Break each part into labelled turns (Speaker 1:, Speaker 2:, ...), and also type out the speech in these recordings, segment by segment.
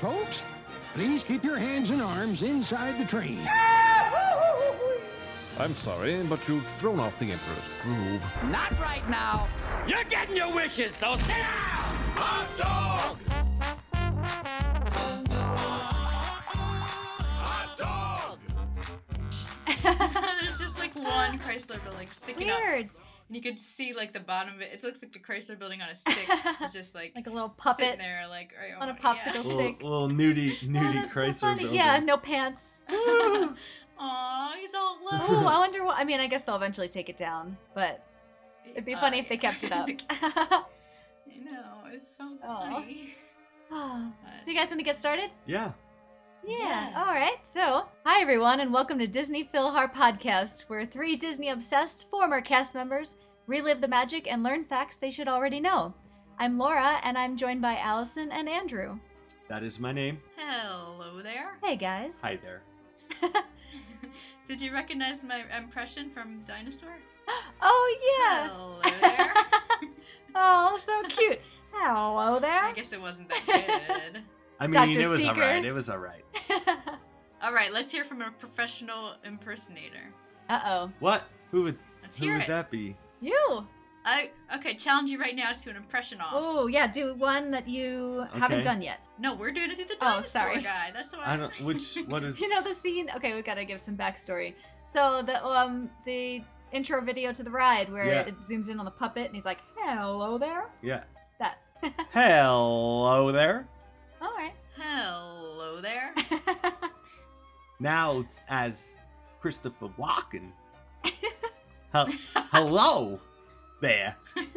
Speaker 1: folks. Please keep your hands and arms inside the train.
Speaker 2: I'm sorry, but you've thrown off the Emperor's groove.
Speaker 3: Not right now. You're getting your wishes, so sit down! Hot dog!
Speaker 4: There's just like one Chrysler building sticking up.
Speaker 5: Weird.
Speaker 4: And you could see like the bottom of it. It looks like the Chrysler building on a stick. It's just like,
Speaker 5: Like a little
Speaker 4: sitting
Speaker 5: puppet
Speaker 4: there, like right
Speaker 5: on a
Speaker 4: yeah.
Speaker 5: popsicle
Speaker 6: Little,
Speaker 5: stick.
Speaker 6: little nudie,
Speaker 5: Oh,
Speaker 6: nudie
Speaker 5: that's so
Speaker 6: Chrysler
Speaker 5: funny.
Speaker 6: building.
Speaker 5: Yeah, no pants.
Speaker 4: Aw, he's all
Speaker 5: Oh,
Speaker 4: low.
Speaker 5: I wonder what. I mean, I guess they'll eventually take it down, but it'd be
Speaker 4: Uh,
Speaker 5: funny if they
Speaker 4: yeah.
Speaker 5: kept it up.
Speaker 4: I know, it's so
Speaker 5: Aw.
Speaker 4: funny.
Speaker 5: so,
Speaker 4: But-
Speaker 5: you guys want to get started?
Speaker 6: Yeah.
Speaker 5: Yeah.
Speaker 4: Yeah.
Speaker 5: All right. So, hi everyone, and welcome to Disney Philhar Podcast, where three Disney-obsessed former cast members relive the magic and learn facts they should already know. I'm Laura, and I'm joined by Allison and Andrew.
Speaker 6: That is my name.
Speaker 4: Hello there.
Speaker 5: Hey guys.
Speaker 6: Hi there.
Speaker 4: Did you recognize my impression from Dinosaur?
Speaker 5: Oh yeah.
Speaker 4: Hello there.
Speaker 5: oh, so cute. Hello
Speaker 4: I
Speaker 5: there.
Speaker 4: guess it wasn't that good.
Speaker 6: I mean,
Speaker 5: Dr.
Speaker 6: it was all
Speaker 5: Seeger.
Speaker 6: right. It was all right.
Speaker 4: All right, let's hear from a professional impersonator.
Speaker 5: Uh oh.
Speaker 6: What? Who would?
Speaker 4: Let's
Speaker 6: Who
Speaker 4: hear
Speaker 6: would
Speaker 4: it.
Speaker 6: that be?
Speaker 5: You.
Speaker 4: I okay, challenge you right now to an impression off.
Speaker 5: Oh yeah. Do one that you haven't
Speaker 6: Okay.
Speaker 5: done yet.
Speaker 4: No, we're doing it to the
Speaker 5: Oh,
Speaker 4: dinosaur
Speaker 5: sorry.
Speaker 4: guy. That's the one.
Speaker 6: I don't. Which? What is?
Speaker 5: You know the scene. Okay, we gotta give some backstory. So the um the intro video to the ride where
Speaker 6: Yeah.
Speaker 5: it zooms in on the puppet and he's like, "Hello there."
Speaker 6: Yeah.
Speaker 5: That.
Speaker 6: Hello there.
Speaker 5: All right.
Speaker 4: Hello there.
Speaker 6: Now as Christopher Walken. He- hello there.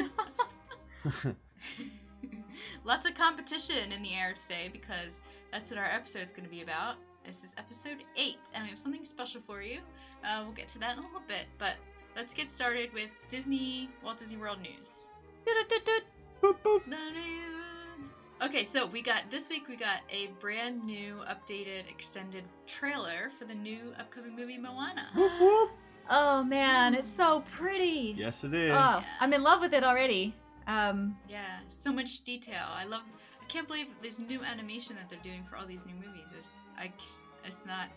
Speaker 4: Lots of competition in the air today because that's what our episode is going to be about. This is episode 8, and we have something special for you. Uh, we'll get to that in a little bit, but let's get started with Disney Walt Disney World news.
Speaker 5: Doot-doot-doot.
Speaker 6: Boop, boop.
Speaker 4: The news! Okay, so we got this week we got a brand new, updated, extended trailer for the new upcoming movie Moana.
Speaker 6: Whoop, whoop.
Speaker 5: oh man, it's so pretty.
Speaker 6: Yes, it is.
Speaker 5: Oh, I'm in love with it already. Um,
Speaker 4: Yeah, so much detail. I love. I can't believe this new animation that they're doing for all these new movies is. I. c- It's not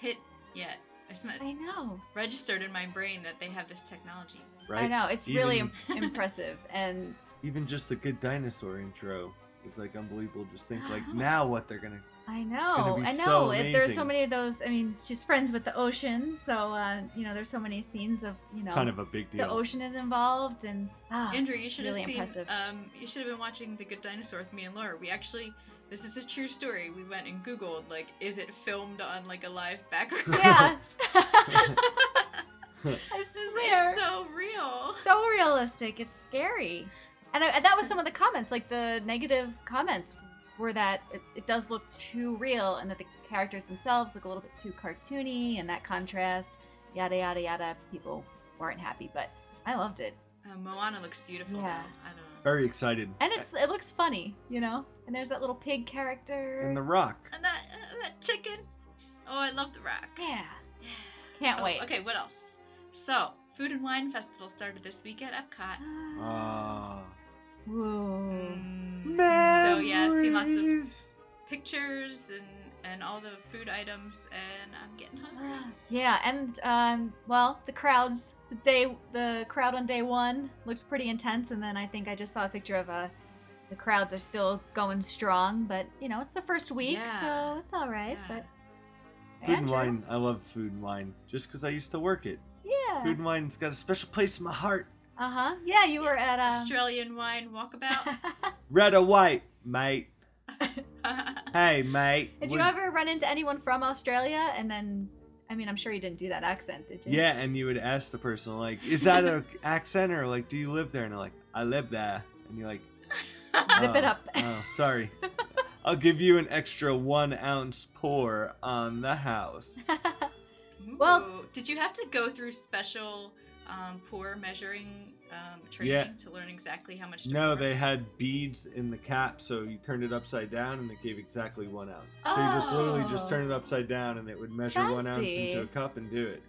Speaker 4: hit yet. It's not
Speaker 5: I know.
Speaker 4: registered in my brain that they have this technology.
Speaker 6: right.
Speaker 5: I know. It's really
Speaker 6: Even-
Speaker 5: im- impressive and
Speaker 6: Even just the good dinosaur intro is like unbelievable. Just think like now what they're gonna.
Speaker 5: I
Speaker 6: gonna
Speaker 5: know.
Speaker 6: be
Speaker 5: I know.
Speaker 6: so
Speaker 5: It- there's so
Speaker 6: amazing.
Speaker 5: many of those. I mean, she's friends with the ocean, so uh, you know, there's so many scenes of you know
Speaker 6: Kind of a big
Speaker 5: the
Speaker 6: deal.
Speaker 5: ocean is involved and ah,
Speaker 4: Andrew, you should
Speaker 5: really
Speaker 4: have seen.
Speaker 5: impressive.
Speaker 4: Um, you should have been watching The Good Dinosaur with me and Laura. We actually. This is a true story. We went and Googled like, is it filmed on like a live background?
Speaker 5: yeah. I
Speaker 4: this
Speaker 5: swear.
Speaker 4: is so real.
Speaker 5: so realistic. It's scary. And, I, and that was some of the comments, like the negative comments were that it, it does look too real and that the characters themselves look a little bit too cartoony and that contrast, yada, yada, yada. People weren't happy, but I loved it.
Speaker 4: Uh, Moana looks beautiful.
Speaker 5: Yeah.
Speaker 4: Though. I don't know.
Speaker 6: Very excited.
Speaker 5: And it's it looks funny, you know? And there's that little pig character.
Speaker 6: And the rock.
Speaker 4: And that uh, that chicken. Oh, I love the rock.
Speaker 5: yeah. Can't
Speaker 4: Oh,
Speaker 5: wait.
Speaker 4: Okay, what else? So, Food and Wine Festival started this week at Epcot.
Speaker 6: Ah.
Speaker 5: Whoa.
Speaker 4: Mm, so yeah, I've seen lots of
Speaker 6: Memories.
Speaker 4: pictures and and all the food items, and I'm getting hungry.
Speaker 5: Yeah, and um, well, the crowds the day the crowd on day one looked pretty intense, and then I think I just saw a picture of a. The crowds are still going strong, but you know it's the first week,
Speaker 4: Yeah.
Speaker 5: so it's all right.
Speaker 4: Yeah.
Speaker 5: But
Speaker 6: Food and
Speaker 5: Andrew?
Speaker 6: wine. I love food and wine. Just 'cause I used to work it. Food
Speaker 5: yeah,
Speaker 6: and wine's got a special place in my heart.
Speaker 5: uh huh, yeah, you were at um.
Speaker 4: Australian wine walkabout.
Speaker 6: Red or white, mate.
Speaker 4: I
Speaker 6: Hey, mate.
Speaker 5: did
Speaker 6: What-
Speaker 5: you ever run into anyone from Australia? And then, I mean, I'm sure you didn't do that accent, did you?
Speaker 6: Yeah, and you would ask the person like, "Is that an accent or like, do you live there?" And they're like, "I live there." And you're like,
Speaker 5: Zip it
Speaker 6: "Oh,
Speaker 5: up.
Speaker 6: oh, sorry. I'll give you an extra one ounce pour on the house.
Speaker 5: Well-
Speaker 4: Ooh. did you have to go through special um, pour measuring um, training
Speaker 6: Yeah.
Speaker 4: to learn exactly how much? To
Speaker 6: No,
Speaker 4: pour?
Speaker 6: they had beads in the cap, so you turned it upside down and it gave exactly one ounce. So you just literally just
Speaker 5: Oh.
Speaker 6: turn it upside down and it would measure one ounce
Speaker 5: Fancy.
Speaker 6: into a cup and do it.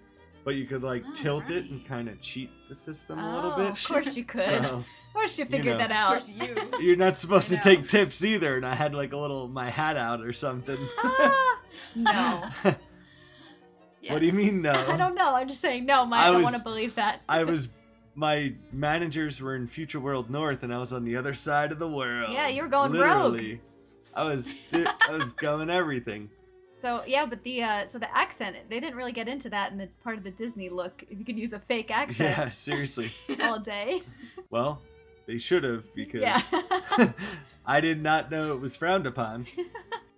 Speaker 6: but you could like
Speaker 4: Oh,
Speaker 6: tilt it and
Speaker 4: right.
Speaker 6: kind of cheat the system a
Speaker 5: oh,
Speaker 6: little bit.
Speaker 5: Of course you could.
Speaker 6: So,
Speaker 5: of course you
Speaker 6: you
Speaker 5: figured
Speaker 6: know.
Speaker 5: that
Speaker 4: Of
Speaker 5: out.
Speaker 4: course, you.
Speaker 6: you're not supposed to
Speaker 4: know.
Speaker 6: take tips either, and I had like a little my hat out or something.
Speaker 5: Ah, no.
Speaker 6: What do you
Speaker 4: Yes.
Speaker 6: mean no?
Speaker 5: I don't know. I'm just saying, no, Mike,
Speaker 6: Uh-huh. I
Speaker 5: I,
Speaker 6: was-
Speaker 5: want to believe that.
Speaker 6: I was my managers were in Future World North, and I was on the other side of the world.
Speaker 5: Yeah, you were going rogue.
Speaker 6: literally. I was I was going everything.
Speaker 5: So yeah, but the uh, so the accent they didn't really get into that in the part of the Disney look. If you could use a fake accent
Speaker 6: Yeah, seriously.
Speaker 5: all day,
Speaker 6: Well, they should have because
Speaker 5: yeah.
Speaker 6: I did not know it was frowned upon.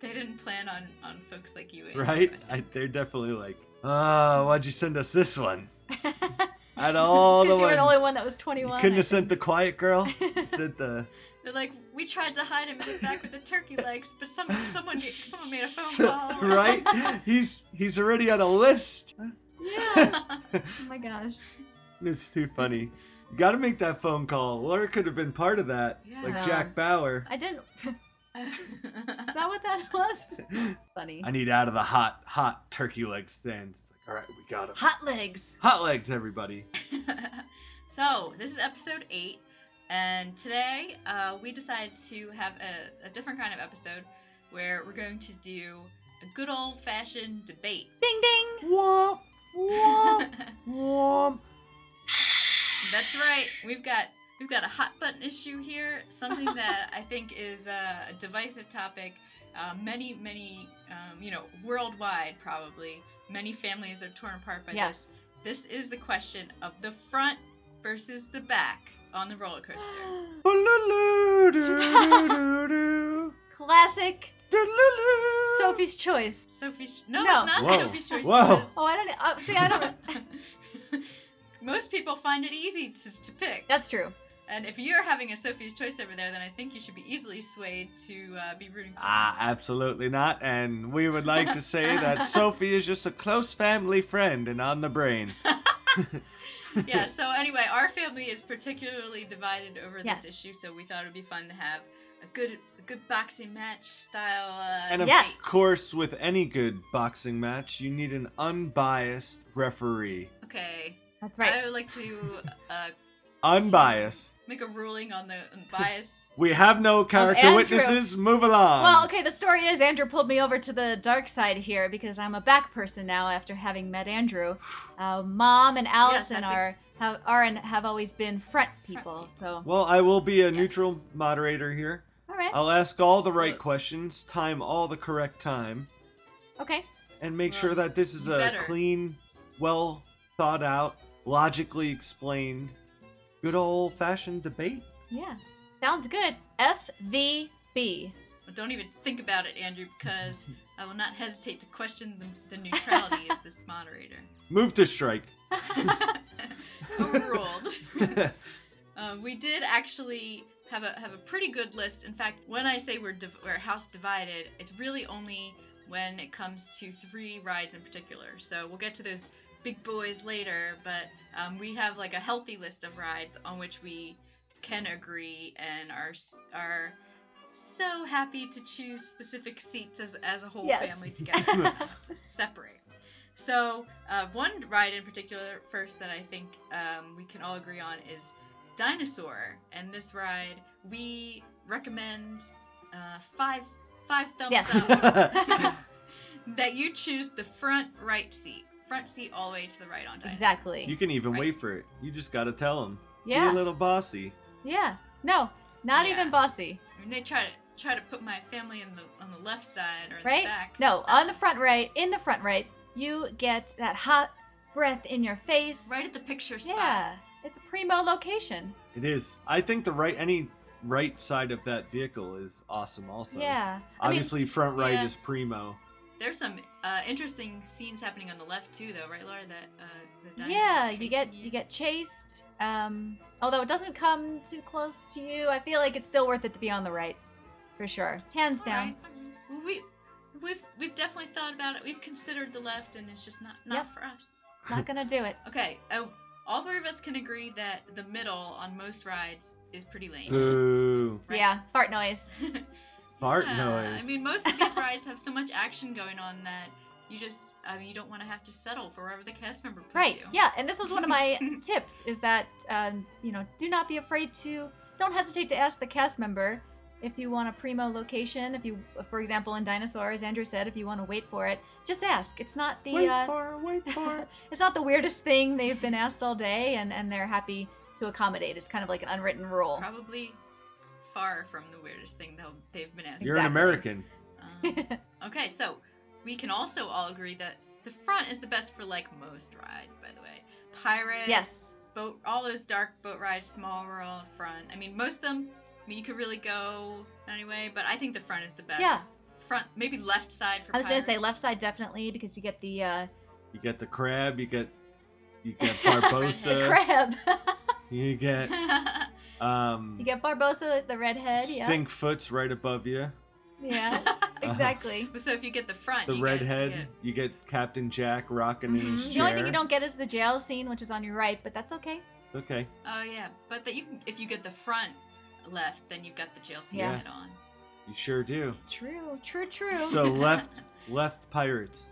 Speaker 4: They didn't plan on on folks like you. Andrew,
Speaker 6: Right?
Speaker 4: I
Speaker 6: I,
Speaker 4: think.
Speaker 6: they're definitely like, oh, why'd you send us this one?
Speaker 5: Because
Speaker 6: Out of all the
Speaker 5: you were
Speaker 6: ones,
Speaker 5: the only one that was
Speaker 6: you
Speaker 5: 21.
Speaker 6: couldn't
Speaker 5: I
Speaker 6: have sent the
Speaker 5: think.
Speaker 6: quiet girl. You sent the
Speaker 4: They're like, we tried to hide him in the back with the turkey legs, but some someone someone made a phone
Speaker 6: So-
Speaker 4: call.
Speaker 6: right? He's he's already on a list.
Speaker 5: yeah. Oh my gosh.
Speaker 6: It's too funny. You got to make that phone call. Laura could have been part of that,
Speaker 4: Yeah.
Speaker 6: like Jack Bauer.
Speaker 5: I didn't. Is
Speaker 4: yeah.
Speaker 5: that what that was? Funny.
Speaker 6: I need out of the hot hot turkey leg stand. It's like, all right, we got him.
Speaker 5: Hot legs.
Speaker 6: Hot legs, everybody.
Speaker 4: so this is episode eight, and today uh, we decided to have a, a different kind of episode where we're going to do a good old fashioned debate.
Speaker 5: Ding ding.
Speaker 6: Womp womp
Speaker 4: That's
Speaker 6: womp.
Speaker 4: right. We've got we've got a hot button issue here, something that I think is uh, a divisive topic. Uh, many many um, you know worldwide probably many families are torn apart by this.
Speaker 5: Yes.
Speaker 4: This is the question of the front versus the back on the roller coaster.
Speaker 6: Ba-la-la-doo-doo-doo-doo.
Speaker 5: Classic
Speaker 6: Doo-doo-doo.
Speaker 5: Sophie's choice.
Speaker 4: Sophie's no,
Speaker 5: No.
Speaker 4: it's not
Speaker 6: Whoa.
Speaker 4: Sophie's choice.
Speaker 6: Whoa.
Speaker 4: because-
Speaker 5: Oh, I don't. Oh, see, I don't.
Speaker 4: Most people find it easy to, to pick.
Speaker 5: That's true.
Speaker 4: And if you're having a Sophie's choice over there, then I think you should be easily swayed to uh, be rooting for
Speaker 6: Ah,
Speaker 4: us.
Speaker 6: absolutely not. And we would like to say that Sophie is just a close family friend and on the brain.
Speaker 4: yeah, so anyway, our family is particularly divided over
Speaker 5: Yes.
Speaker 4: this issue, so we thought it would be fun to have a good a good boxing match style uh,
Speaker 6: And of
Speaker 5: Yes.
Speaker 6: course, with any good boxing match, you need an unbiased referee.
Speaker 4: Okay.
Speaker 5: That's right.
Speaker 4: I would like to uh,
Speaker 6: Unbiased.
Speaker 4: make a ruling on the on bias.
Speaker 6: We have no character
Speaker 5: Andrew.
Speaker 6: witnesses. Move
Speaker 4: Um,
Speaker 6: along.
Speaker 5: Well, okay, the story is Andrew pulled me over to the dark side here because I'm a back person now after having met Andrew. Uh, Mom and Allison
Speaker 4: that's a-
Speaker 5: are have are and have always been front people. So
Speaker 6: Well, I will be a
Speaker 4: Yes.
Speaker 6: neutral moderator here.
Speaker 5: all right,
Speaker 4: Oh.
Speaker 6: I'll ask all the right
Speaker 4: Look.
Speaker 6: questions, time all the correct time,
Speaker 5: okay,
Speaker 6: and make
Speaker 4: Well,
Speaker 6: sure that this is
Speaker 4: you
Speaker 6: a
Speaker 4: better.
Speaker 6: clean, well thought out, logically explained, good old fashioned debate.
Speaker 5: yeah, sounds good. F V B.
Speaker 4: But don't even think about it, Andrew, because I will not hesitate to question the, the neutrality of this moderator.
Speaker 6: Move to strike.
Speaker 4: Overruled. Um, we did actually have a have a pretty good list. In fact, when I say we're div- we're house divided, it's really only when it comes to three rides in particular. So we'll get to those big boys later, but um, we have like a healthy list of rides on which we can agree and are s- are so happy to choose specific seats as as a whole
Speaker 5: Yes.
Speaker 4: family together to separate. So, uh, one ride in particular, first that I think um, we can all agree on is Dinosaur. And this ride, we recommend uh, five five thumbs
Speaker 5: Yes.
Speaker 4: up that you choose the front right seat, front seat all the way to the right on Dinosaur.
Speaker 5: Exactly.
Speaker 6: you can even
Speaker 4: Right.
Speaker 6: wait for it. You just gotta tell them. Be a
Speaker 5: yeah,
Speaker 6: little bossy.
Speaker 5: yeah. No, not
Speaker 4: Yeah.
Speaker 5: even bossy.
Speaker 4: I mean, they try to try to put my family in the on the left side or in
Speaker 5: Right?
Speaker 4: the back. Uh,
Speaker 5: No, on the front right, in the front right, you get that hot breath in your face.
Speaker 4: Right at the picture spot.
Speaker 5: Yeah, it's a primo location.
Speaker 6: It is. I think the right any right side of that vehicle is awesome. Also.
Speaker 5: Yeah. I mean,
Speaker 6: Obviously, front right
Speaker 4: yeah.
Speaker 6: is primo.
Speaker 4: There's some uh, interesting scenes happening on the left too, though, right, Laura? That uh, the dinosaur
Speaker 5: yeah you
Speaker 4: chasing
Speaker 5: get you get chased um although it doesn't come too close to you i feel like it's still worth it to be on the right for sure hands down
Speaker 4: Alright. Well, We we've we've definitely thought about it. We've considered the left, and it's just not not for us.
Speaker 5: not gonna do it
Speaker 4: Okay, uh, all three of us can agree that the middle on most rides is pretty lame.
Speaker 6: Boo.
Speaker 4: Right. Uh,
Speaker 5: yeah fart noise
Speaker 6: Fart
Speaker 4: Yeah,
Speaker 6: noise.
Speaker 4: I mean, most of these rides have so much action going on that You just, I mean, you don't want to have to settle for wherever the cast member puts
Speaker 5: Right.
Speaker 4: you.
Speaker 5: Yeah, and this was one of my tips is that um, you know do not be afraid to don't hesitate to ask the cast member if you want a primo location. If you, for example, in Dinosaurs, Andrew said if you want to wait for it, just ask. It's not the
Speaker 6: Wait
Speaker 5: uh,
Speaker 6: for it, wait for it.
Speaker 5: it's not the weirdest thing they've been asked all day, and and they're happy to accommodate. It's kind of like an unwritten rule.
Speaker 4: Probably far from the weirdest thing though they've been asked.
Speaker 6: You're an
Speaker 5: Exactly.
Speaker 6: American.
Speaker 4: Um, okay, so we can also all agree that the front is the best for like most ride, by the way. Pirate,
Speaker 5: yes.
Speaker 4: boat, all those dark boat rides, small world, front. I mean, most of them. I mean, you could really go anyway, but I think the front is the best.
Speaker 5: Yeah.
Speaker 4: Front, maybe left side for.
Speaker 5: I was going to say
Speaker 4: pirates.
Speaker 5: left side definitely because you get the uh,
Speaker 6: You get the crab. You get you get
Speaker 5: the
Speaker 6: Barbosa.
Speaker 5: crab,
Speaker 6: you get um.
Speaker 5: you get Barbosa, the redhead. Yeah.
Speaker 6: Stinkfoot's right above you.
Speaker 5: Yeah. Exactly.
Speaker 4: so if you get the front,
Speaker 6: The
Speaker 4: you get- you
Speaker 6: redhead.
Speaker 4: get-
Speaker 6: you get Captain Jack rocking in his
Speaker 5: Mhm.
Speaker 6: chair.
Speaker 5: The only thing you don't get is the jail scene, which is on your right, but that's okay.
Speaker 6: Okay.
Speaker 4: oh yeah, but that you can, if you get the front left, then you've got the jail scene
Speaker 5: Yeah.
Speaker 4: head on.
Speaker 6: You sure do.
Speaker 5: True, true, true.
Speaker 6: So left, left pirates,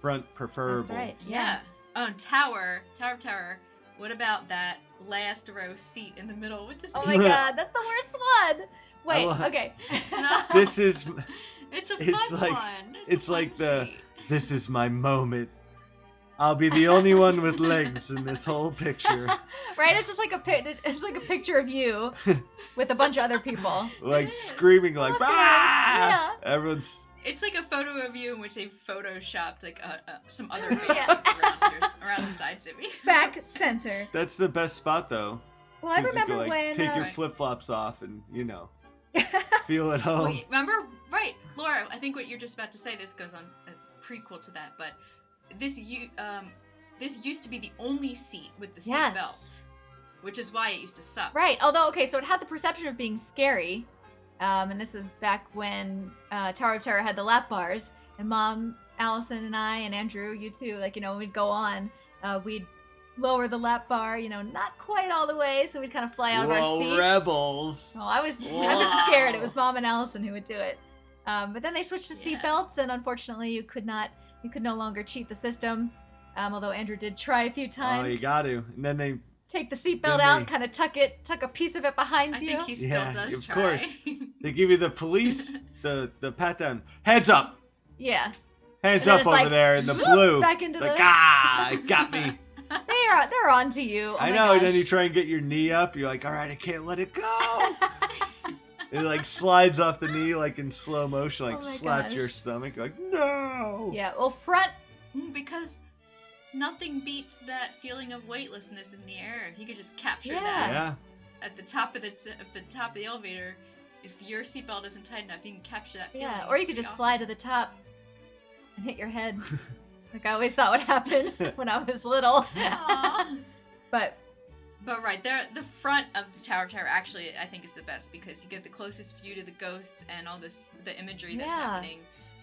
Speaker 6: front preferable.
Speaker 5: that's right.
Speaker 4: Yeah. Oh, tower, tower of terror. What about that last row seat in the middle with the?
Speaker 5: Oh
Speaker 4: seat?
Speaker 5: my god, that's the worst one. Wait,
Speaker 6: love-
Speaker 5: okay.
Speaker 4: No.
Speaker 6: This is
Speaker 4: It's a fun
Speaker 6: it's like-
Speaker 4: one. It's, a
Speaker 6: it's
Speaker 4: fun
Speaker 6: like the-
Speaker 4: seat.
Speaker 6: this is my moment. I'll be the only one with legs in this whole picture.
Speaker 5: right, it's just like a pic- it's like a picture of you with a bunch of other people.
Speaker 6: Like
Speaker 4: is.
Speaker 6: screaming, like
Speaker 5: That's
Speaker 6: ah!
Speaker 5: right.
Speaker 6: Everyone's
Speaker 4: It's like a photo of you in which they photoshopped like uh, uh, some other faces
Speaker 5: Yeah.
Speaker 4: around, your, around the sides of you.
Speaker 5: Back center.
Speaker 6: that's the best spot though.
Speaker 5: Well, I
Speaker 6: Since you can,
Speaker 5: remember
Speaker 6: like,
Speaker 5: when
Speaker 6: take
Speaker 5: uh,
Speaker 6: your
Speaker 4: Right.
Speaker 6: flip flops off and you know feel at home.
Speaker 4: Wait, remember, right, Laura? I think what you're just about to say. This goes on as prequel to that, but this you um this used to be the only seat with the seat
Speaker 5: Yes.
Speaker 4: belt, which is why it used to suck.
Speaker 5: Right. Although, okay, so it had the perception of being scary, um, and this is back when uh, Tower of Terror had the lap bars, and Mom, Allison, and I, and Andrew, you too. Like you know, we'd go on, uh, we'd lower the lap bar, you know, not quite all the way, so we'd kind of fly out of our
Speaker 6: Whoa,
Speaker 5: seats.
Speaker 6: rebels!
Speaker 5: Oh, I was I
Speaker 4: Wow.
Speaker 5: was scared. It was Mom and Allison who would do it. Um, but then they switched to
Speaker 4: Yeah.
Speaker 5: seatbelts, and unfortunately, you could not you could no longer cheat the system. Um, although Andrew did try a few
Speaker 6: Oh,
Speaker 5: times.
Speaker 6: you got to. And then they
Speaker 5: Take the
Speaker 6: Then
Speaker 5: seatbelt out,
Speaker 6: they-
Speaker 5: kind of tuck it, tuck a piece of it behind
Speaker 4: I
Speaker 5: you.
Speaker 4: think he still
Speaker 6: Yeah,
Speaker 4: does
Speaker 6: of
Speaker 4: try.
Speaker 6: course. they give you the police the the pat down. Heads up,
Speaker 5: Yeah.
Speaker 6: hands
Speaker 5: And then
Speaker 6: up
Speaker 5: it's
Speaker 6: over
Speaker 5: like,
Speaker 6: there in the
Speaker 5: zoop,
Speaker 6: blue.
Speaker 5: Back into
Speaker 6: It's
Speaker 5: the.
Speaker 6: like ah, it got me.
Speaker 5: They are. They're on to you. Oh
Speaker 6: I
Speaker 5: my
Speaker 6: know, and then
Speaker 5: gosh.
Speaker 6: you try and get your knee up. You're like, all right, I can't let it go. it like slides off the knee, like in slow motion, like
Speaker 5: Oh my
Speaker 6: slaps your
Speaker 5: gosh.
Speaker 6: stomach. You're like, no.
Speaker 5: Yeah. Well, front.
Speaker 4: Mm, because nothing beats that feeling of weightlessness in the air. If you could just capture
Speaker 5: Yeah.
Speaker 4: that
Speaker 6: Yeah.
Speaker 4: at the top of the t- at the top of the elevator, if your seatbelt isn't tight enough, you can capture that feeling.
Speaker 5: Yeah. Or
Speaker 4: It's
Speaker 5: you could
Speaker 4: pretty
Speaker 5: just
Speaker 4: awesome.
Speaker 5: fly to the top and hit your head. like I always thought would happen when I was little.
Speaker 4: Aw.
Speaker 5: but
Speaker 4: but right there, the front of the Tower of Terror actually I think is the best because you get the closest view to the ghosts and all this the imagery that's
Speaker 5: Yeah.
Speaker 4: happening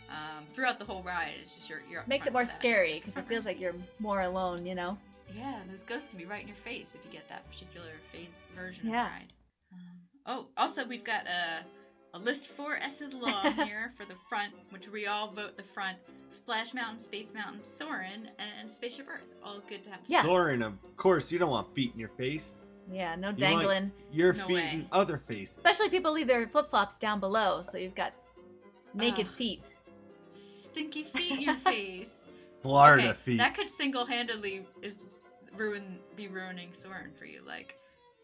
Speaker 4: um, throughout the whole ride. It's just your your
Speaker 5: makes it more scary because it
Speaker 4: Front
Speaker 5: feels
Speaker 4: row
Speaker 5: like you're more alone. You know.
Speaker 4: Yeah, those ghosts can be right in your face if you get that particular phase version
Speaker 5: Yeah.
Speaker 4: of the ride. Um, oh, also we've got a a list four S's long here for the front, which we all vote the front. Splash Mountain, Space Mountain, Soarin', and Spaceship Earth. All good to have. the
Speaker 5: Yeah.
Speaker 4: front.
Speaker 6: Soaring, of course, you don't want feet in your face.
Speaker 5: Yeah. No
Speaker 6: like-
Speaker 5: dangling.
Speaker 6: Your
Speaker 4: No
Speaker 6: feet
Speaker 4: way.
Speaker 6: in other faces.
Speaker 5: Especially people leave their flip flops down below, so you've got naked
Speaker 4: Ugh.
Speaker 5: feet.
Speaker 4: Stinky feet in your face.
Speaker 6: Florida
Speaker 4: Okay,
Speaker 6: feet.
Speaker 4: That could single-handedly is ruin be ruining Soren for you. Like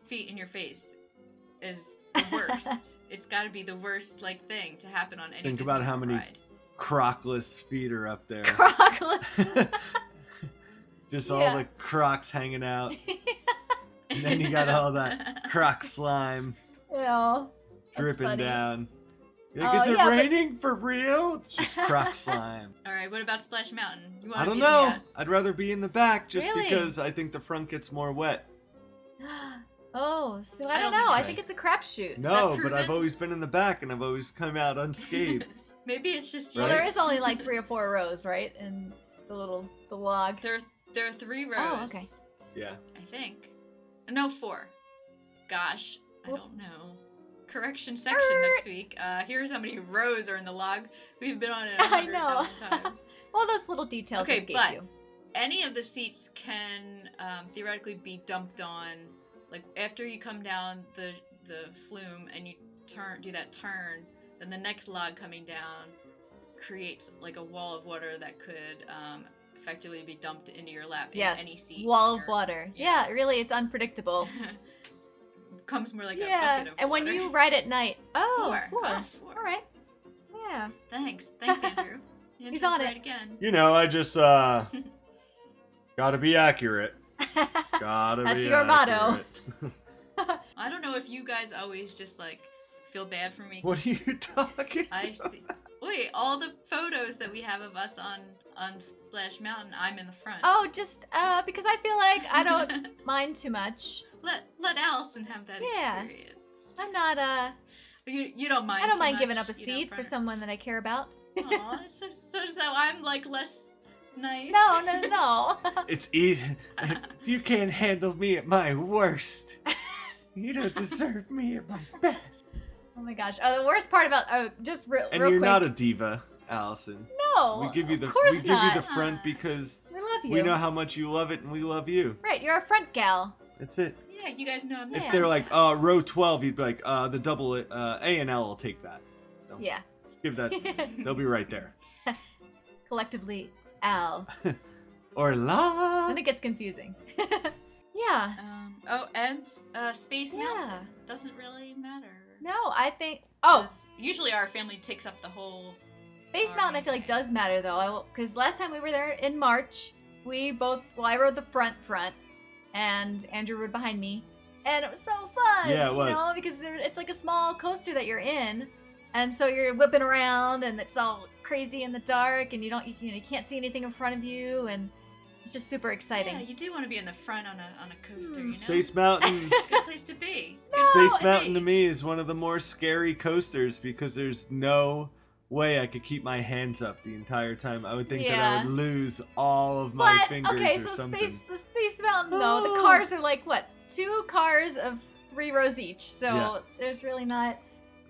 Speaker 4: feet in your face is the worst. it's got to be the worst like thing to happen on any.
Speaker 6: Think
Speaker 4: Disney
Speaker 6: about how
Speaker 4: World
Speaker 6: many-
Speaker 4: ride.
Speaker 6: Crockless feet are up there.
Speaker 5: Crockless.
Speaker 6: Just
Speaker 5: Yeah.
Speaker 6: all the crocs hanging out. And then you got all that croc slime
Speaker 5: Ew. That's
Speaker 6: dripping
Speaker 5: funny.
Speaker 6: down. You're like,
Speaker 5: Oh,
Speaker 6: is it
Speaker 5: yeah, but-
Speaker 6: raining for real? It's just croc slime.
Speaker 4: All right, what about Splash Mountain? You wanna
Speaker 6: I don't
Speaker 4: be the,
Speaker 6: know.
Speaker 4: uh,
Speaker 6: I'd rather be in the back just
Speaker 5: Really?
Speaker 6: because I think the front gets more wet.
Speaker 5: Oh, so I,
Speaker 4: I
Speaker 5: don't
Speaker 4: don't
Speaker 5: know.
Speaker 4: think
Speaker 5: I
Speaker 6: it's
Speaker 5: think it's a crapshoot.
Speaker 6: No, but I've
Speaker 4: proven?
Speaker 6: always been in the back and I've always come out unscathed.
Speaker 4: Maybe it's just you.
Speaker 5: Well, there
Speaker 6: Right?
Speaker 5: is only like three or four rows, right? And the little the log.
Speaker 4: There, there are three rows.
Speaker 5: Oh, okay.
Speaker 6: yeah.
Speaker 4: I think. No, four. Gosh, I
Speaker 5: Well-
Speaker 4: don't know. correction section next week. Uh, here are how many rows are in the log. We've been on it a
Speaker 5: I
Speaker 4: hundred
Speaker 5: know.
Speaker 4: thousand times.
Speaker 5: All those little details
Speaker 4: Okay,
Speaker 5: escape
Speaker 4: but-
Speaker 5: you.
Speaker 4: Any of the seats can um, theoretically be dumped on. Like after you come down the the flume and you turn do that turn, then the next log coming down creates like a wall of water that could um, effectively be dumped into your lap in
Speaker 5: Yes.
Speaker 4: any seat.
Speaker 5: Wall
Speaker 4: or-
Speaker 5: of water.
Speaker 4: yeah.
Speaker 5: Yeah. really, it's unpredictable.
Speaker 4: Comes more like a
Speaker 5: yeah.
Speaker 4: bucket of
Speaker 5: And when
Speaker 4: water.
Speaker 5: you ride at night. Oh,
Speaker 4: Four.
Speaker 5: four.
Speaker 4: Oh, four.
Speaker 5: All right. Yeah.
Speaker 4: Thanks. Thanks, Andrew. Andrew's
Speaker 5: on
Speaker 4: right
Speaker 5: it.
Speaker 4: again.
Speaker 6: You know, I just uh gotta be accurate. Gotta
Speaker 5: That's
Speaker 6: be
Speaker 5: your motto.
Speaker 6: accurate.
Speaker 4: I don't know if you guys always just like feel bad for me.
Speaker 6: What are you talking?
Speaker 4: I see. Wait, all the photos that we have of us on on Splash Mountain, I'm in the front.
Speaker 5: oh, just uh, because I feel like I don't mind too much.
Speaker 4: let let Allison have that
Speaker 5: Yeah.
Speaker 4: experience.
Speaker 5: I'm not uh,
Speaker 4: You you don't mind.
Speaker 5: I don't
Speaker 4: too
Speaker 5: mind giving
Speaker 4: much,
Speaker 5: up a
Speaker 4: you know,
Speaker 5: seat for
Speaker 4: front-
Speaker 5: someone that I care about.
Speaker 4: Aw, so, so so I'm like less nice.
Speaker 5: No, no, no.
Speaker 6: It's easy. you can't handle me at my worst. You don't deserve me at my best.
Speaker 5: oh my gosh. Oh, the worst part about oh, just re-
Speaker 6: And
Speaker 5: real
Speaker 6: you're
Speaker 5: quick.
Speaker 6: not a diva, Allison.
Speaker 5: no.
Speaker 6: we give you the
Speaker 5: Of course
Speaker 6: we give
Speaker 5: not.
Speaker 6: you the front because
Speaker 5: We love you.
Speaker 6: we know how much you love it and we love you.
Speaker 5: Right, you're a front gal.
Speaker 6: That's it.
Speaker 4: Yeah, you guys know I'm. the
Speaker 5: Yeah.
Speaker 6: If
Speaker 4: front.
Speaker 6: they're like uh, row 12, you'd be like uh, the double uh, A and L will take that. So
Speaker 5: Yeah.
Speaker 6: Give that. They'll be right there.
Speaker 5: Collectively, Al.
Speaker 6: Or la.
Speaker 5: Then it gets confusing. yeah.
Speaker 4: Um, oh, and uh, Space
Speaker 5: Yeah.
Speaker 4: Mountain doesn't really matter.
Speaker 5: No, I think. Oh,
Speaker 4: 'Cause Usually our family takes up the whole.
Speaker 5: Space
Speaker 4: All
Speaker 5: Mountain, I
Speaker 4: right.
Speaker 5: feel like does matter though, because last time we were there in March, we both well, I rode the front front, and Andrew rode behind me, and it was so fun.
Speaker 6: Yeah, it was.
Speaker 5: You know, because there, it's like a small coaster that you're in, and so you're whipping around, and it's all crazy in the dark, and you don't you, know, you can't see anything in front of you, and it's just super exciting.
Speaker 4: Yeah, you do want to be in the front on a on a coaster, you know.
Speaker 6: Hmm. Space Mountain.
Speaker 4: Good place to be.
Speaker 6: Space Mountain to me is one of the more scary coasters because there's no way I could keep my hands up the entire time. I would think that I
Speaker 5: Yeah.
Speaker 6: would lose all of my
Speaker 5: but
Speaker 6: fingers
Speaker 5: okay,
Speaker 6: or
Speaker 5: so
Speaker 6: something. Oh.
Speaker 5: space the Space Mountain though, the cars are like what two cars of three rows each, so
Speaker 6: Yeah.
Speaker 5: there's really not.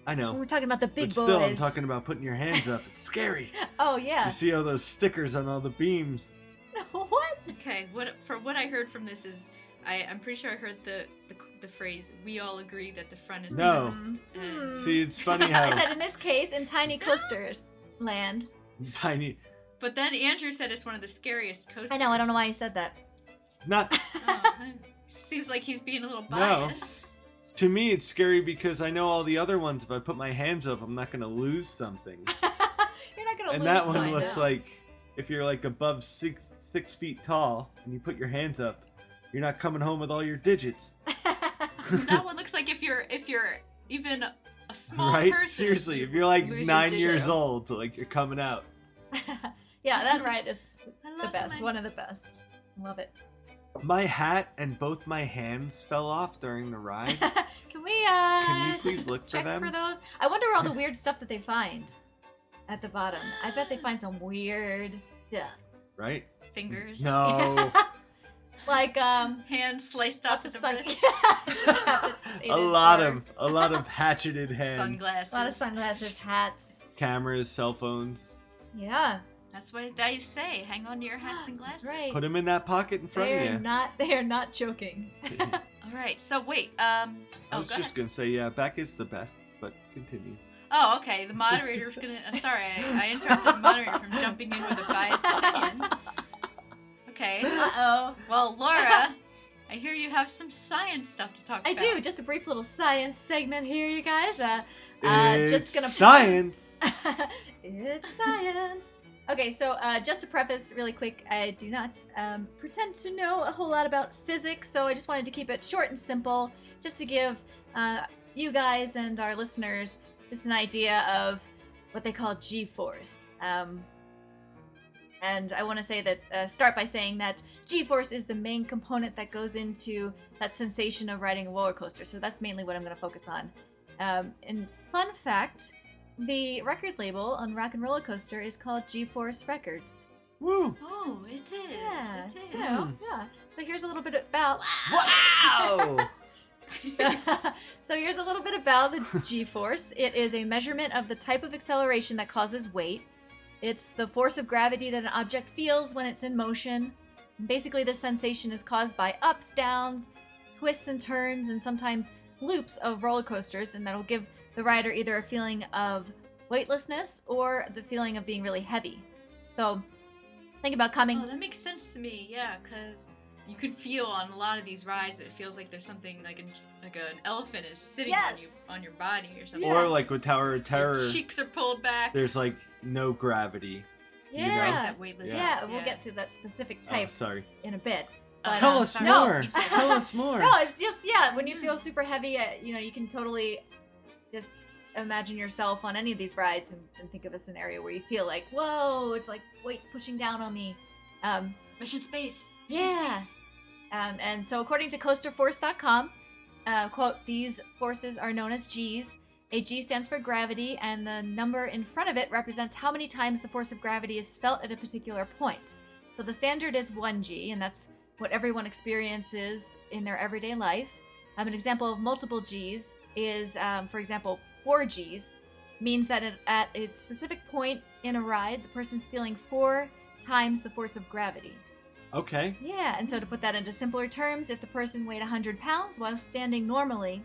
Speaker 6: I know.
Speaker 5: We're talking about the big
Speaker 6: but still,
Speaker 5: boys.
Speaker 6: I'm talking about putting your hands up. It's scary.
Speaker 5: Oh
Speaker 6: You
Speaker 5: yeah.
Speaker 6: see all those stickers on all the beams.
Speaker 5: what?
Speaker 4: Okay, what for? What I heard from this is, I I'm pretty sure I heard the the, the phrase "We all agree that the front is
Speaker 6: No.
Speaker 4: the best." and-
Speaker 5: Hmm.
Speaker 6: See, it's funny
Speaker 5: I
Speaker 6: how
Speaker 5: said in this case, in tiny coasters land.
Speaker 6: tiny.
Speaker 4: But then Andrew said it's one of the scariest coasters.
Speaker 5: I know. I don't know why he said that.
Speaker 6: Not
Speaker 4: Oh, man. seems like he's being a little biased.
Speaker 6: to me. It's scary because I know all the other ones. If I put my hands up, I'm not gonna lose something.
Speaker 5: You're not gonna
Speaker 6: and
Speaker 5: lose.
Speaker 6: that
Speaker 4: I
Speaker 6: one
Speaker 5: something.
Speaker 6: looks
Speaker 4: know.
Speaker 6: like if you're like above six six feet tall and you put your hands up, you're not coming home with all your digits.
Speaker 4: that one looks like if you're if you're even a small
Speaker 6: right?
Speaker 4: person.
Speaker 6: Seriously, if you're like
Speaker 4: lose your
Speaker 6: nine
Speaker 4: digit.
Speaker 6: years old, like you're coming out.
Speaker 5: yeah, that ride is
Speaker 4: I
Speaker 5: the
Speaker 4: lost
Speaker 5: best.
Speaker 4: my-
Speaker 5: One of the best. Love it.
Speaker 6: My hat and both my hands fell off during the ride.
Speaker 5: Can we? uh
Speaker 6: Can you please look for
Speaker 5: check
Speaker 6: them?
Speaker 5: for those? I wonder all the weird stuff that they find at the bottom. I bet they find some weird stuff.
Speaker 6: Right?
Speaker 4: fingers.
Speaker 6: No.
Speaker 5: like um.
Speaker 4: Hand sliced off
Speaker 5: Lots
Speaker 4: at
Speaker 5: of
Speaker 4: the
Speaker 5: sun.
Speaker 4: wrist.
Speaker 6: a lot of a lot of hatcheted hands,
Speaker 4: Sunglasses.
Speaker 5: a lot of sunglasses, hats.
Speaker 6: cameras, cell phones.
Speaker 5: Yeah.
Speaker 4: That's why they say hang on to your hats and
Speaker 5: That's
Speaker 4: glasses.
Speaker 5: Ah, right.
Speaker 6: Put them in that pocket in front
Speaker 5: They
Speaker 6: of
Speaker 5: are
Speaker 6: you.
Speaker 5: not. They are not joking.
Speaker 4: All right. So wait. Um.
Speaker 6: I
Speaker 4: Oh,
Speaker 6: was
Speaker 4: go
Speaker 6: just
Speaker 4: ahead.
Speaker 6: gonna say, yeah, back is the best, but continue.
Speaker 4: Oh, okay. The moderator's gonna. Uh, sorry, I, I interrupted the moderator from jumping in with a biased opinion. Okay.
Speaker 5: Uh oh.
Speaker 4: Well, Laura, I hear you have some science stuff to talk
Speaker 5: I
Speaker 4: about.
Speaker 5: do. Just a brief little science segment here, you guys. Uh, Uh, just
Speaker 6: It's
Speaker 5: gonna-
Speaker 6: science.
Speaker 5: it's science. Okay, so uh, just to preface really quick, I do not um, pretend to know a whole lot about physics, so I just wanted to keep it short and simple, just to give uh, you guys and our listeners just an idea of what they call G-force. Um, and I want to say that uh, start by saying that G-force is the main component that goes into that sensation of riding a roller coaster. So that's mainly what I'm going to focus on. Um, and fun fact, the record label on Rock and Roller Coaster is called G-force Records.
Speaker 6: Woo.
Speaker 4: Oh, it is.
Speaker 5: Yeah.
Speaker 4: It is.
Speaker 5: So, yeah. So here's a little bit about
Speaker 6: Wow.
Speaker 5: so here's a little bit about the g-force. It is a measurement of the type of acceleration that causes weight. It's the force of gravity that an object feels when it's in motion. Basically, this sensation is caused by ups, downs, twists and turns, and sometimes loops of roller coasters, and that'll give the rider either a feeling of weightlessness or the feeling of being really heavy. So think about coming.
Speaker 4: Oh, that makes sense to me. Yeah, because you can feel on a lot of these rides. It feels like there's something like a, like an elephant is sitting
Speaker 5: Yes.
Speaker 4: on you on your body or something.
Speaker 5: Yeah.
Speaker 6: Or like with Tower of
Speaker 4: Your
Speaker 6: Terror,
Speaker 4: cheeks are pulled back.
Speaker 6: there's like no gravity. you know?
Speaker 4: Right,
Speaker 5: yeah.
Speaker 4: that weightlessness.
Speaker 5: Yeah, we'll get to that specific
Speaker 6: Oh,
Speaker 5: type
Speaker 6: sorry.
Speaker 5: in a bit.
Speaker 4: Uh,
Speaker 5: But,
Speaker 6: Tell
Speaker 5: um,
Speaker 6: us
Speaker 4: sorry.
Speaker 5: No,
Speaker 6: more.
Speaker 4: he said-
Speaker 6: Tell us more.
Speaker 5: No, it's just yeah. When you
Speaker 4: Yeah.
Speaker 5: feel super heavy, uh, you know you can totally just imagine yourself on any of these rides and, and think of a scenario where you feel like, whoa, it's like weight pushing down on me. Um,
Speaker 4: Mission space. Mission
Speaker 5: Yeah.
Speaker 4: Space.
Speaker 5: um, and so, according to coasterforce.com, uh, quote, these forces are known as G's. A G stands for gravity, and the number in front of it represents how many times the force of gravity is felt at a particular point. So the standard is 1G, and that's what everyone experiences in their everyday life. Um, an example of multiple G's is, um, for example, 4Gs means that at, at a specific point in a ride, the person's feeling four times the force of gravity.
Speaker 6: Okay.
Speaker 5: Yeah, and so to put that into simpler terms, if the person weighed 100 pounds while standing normally,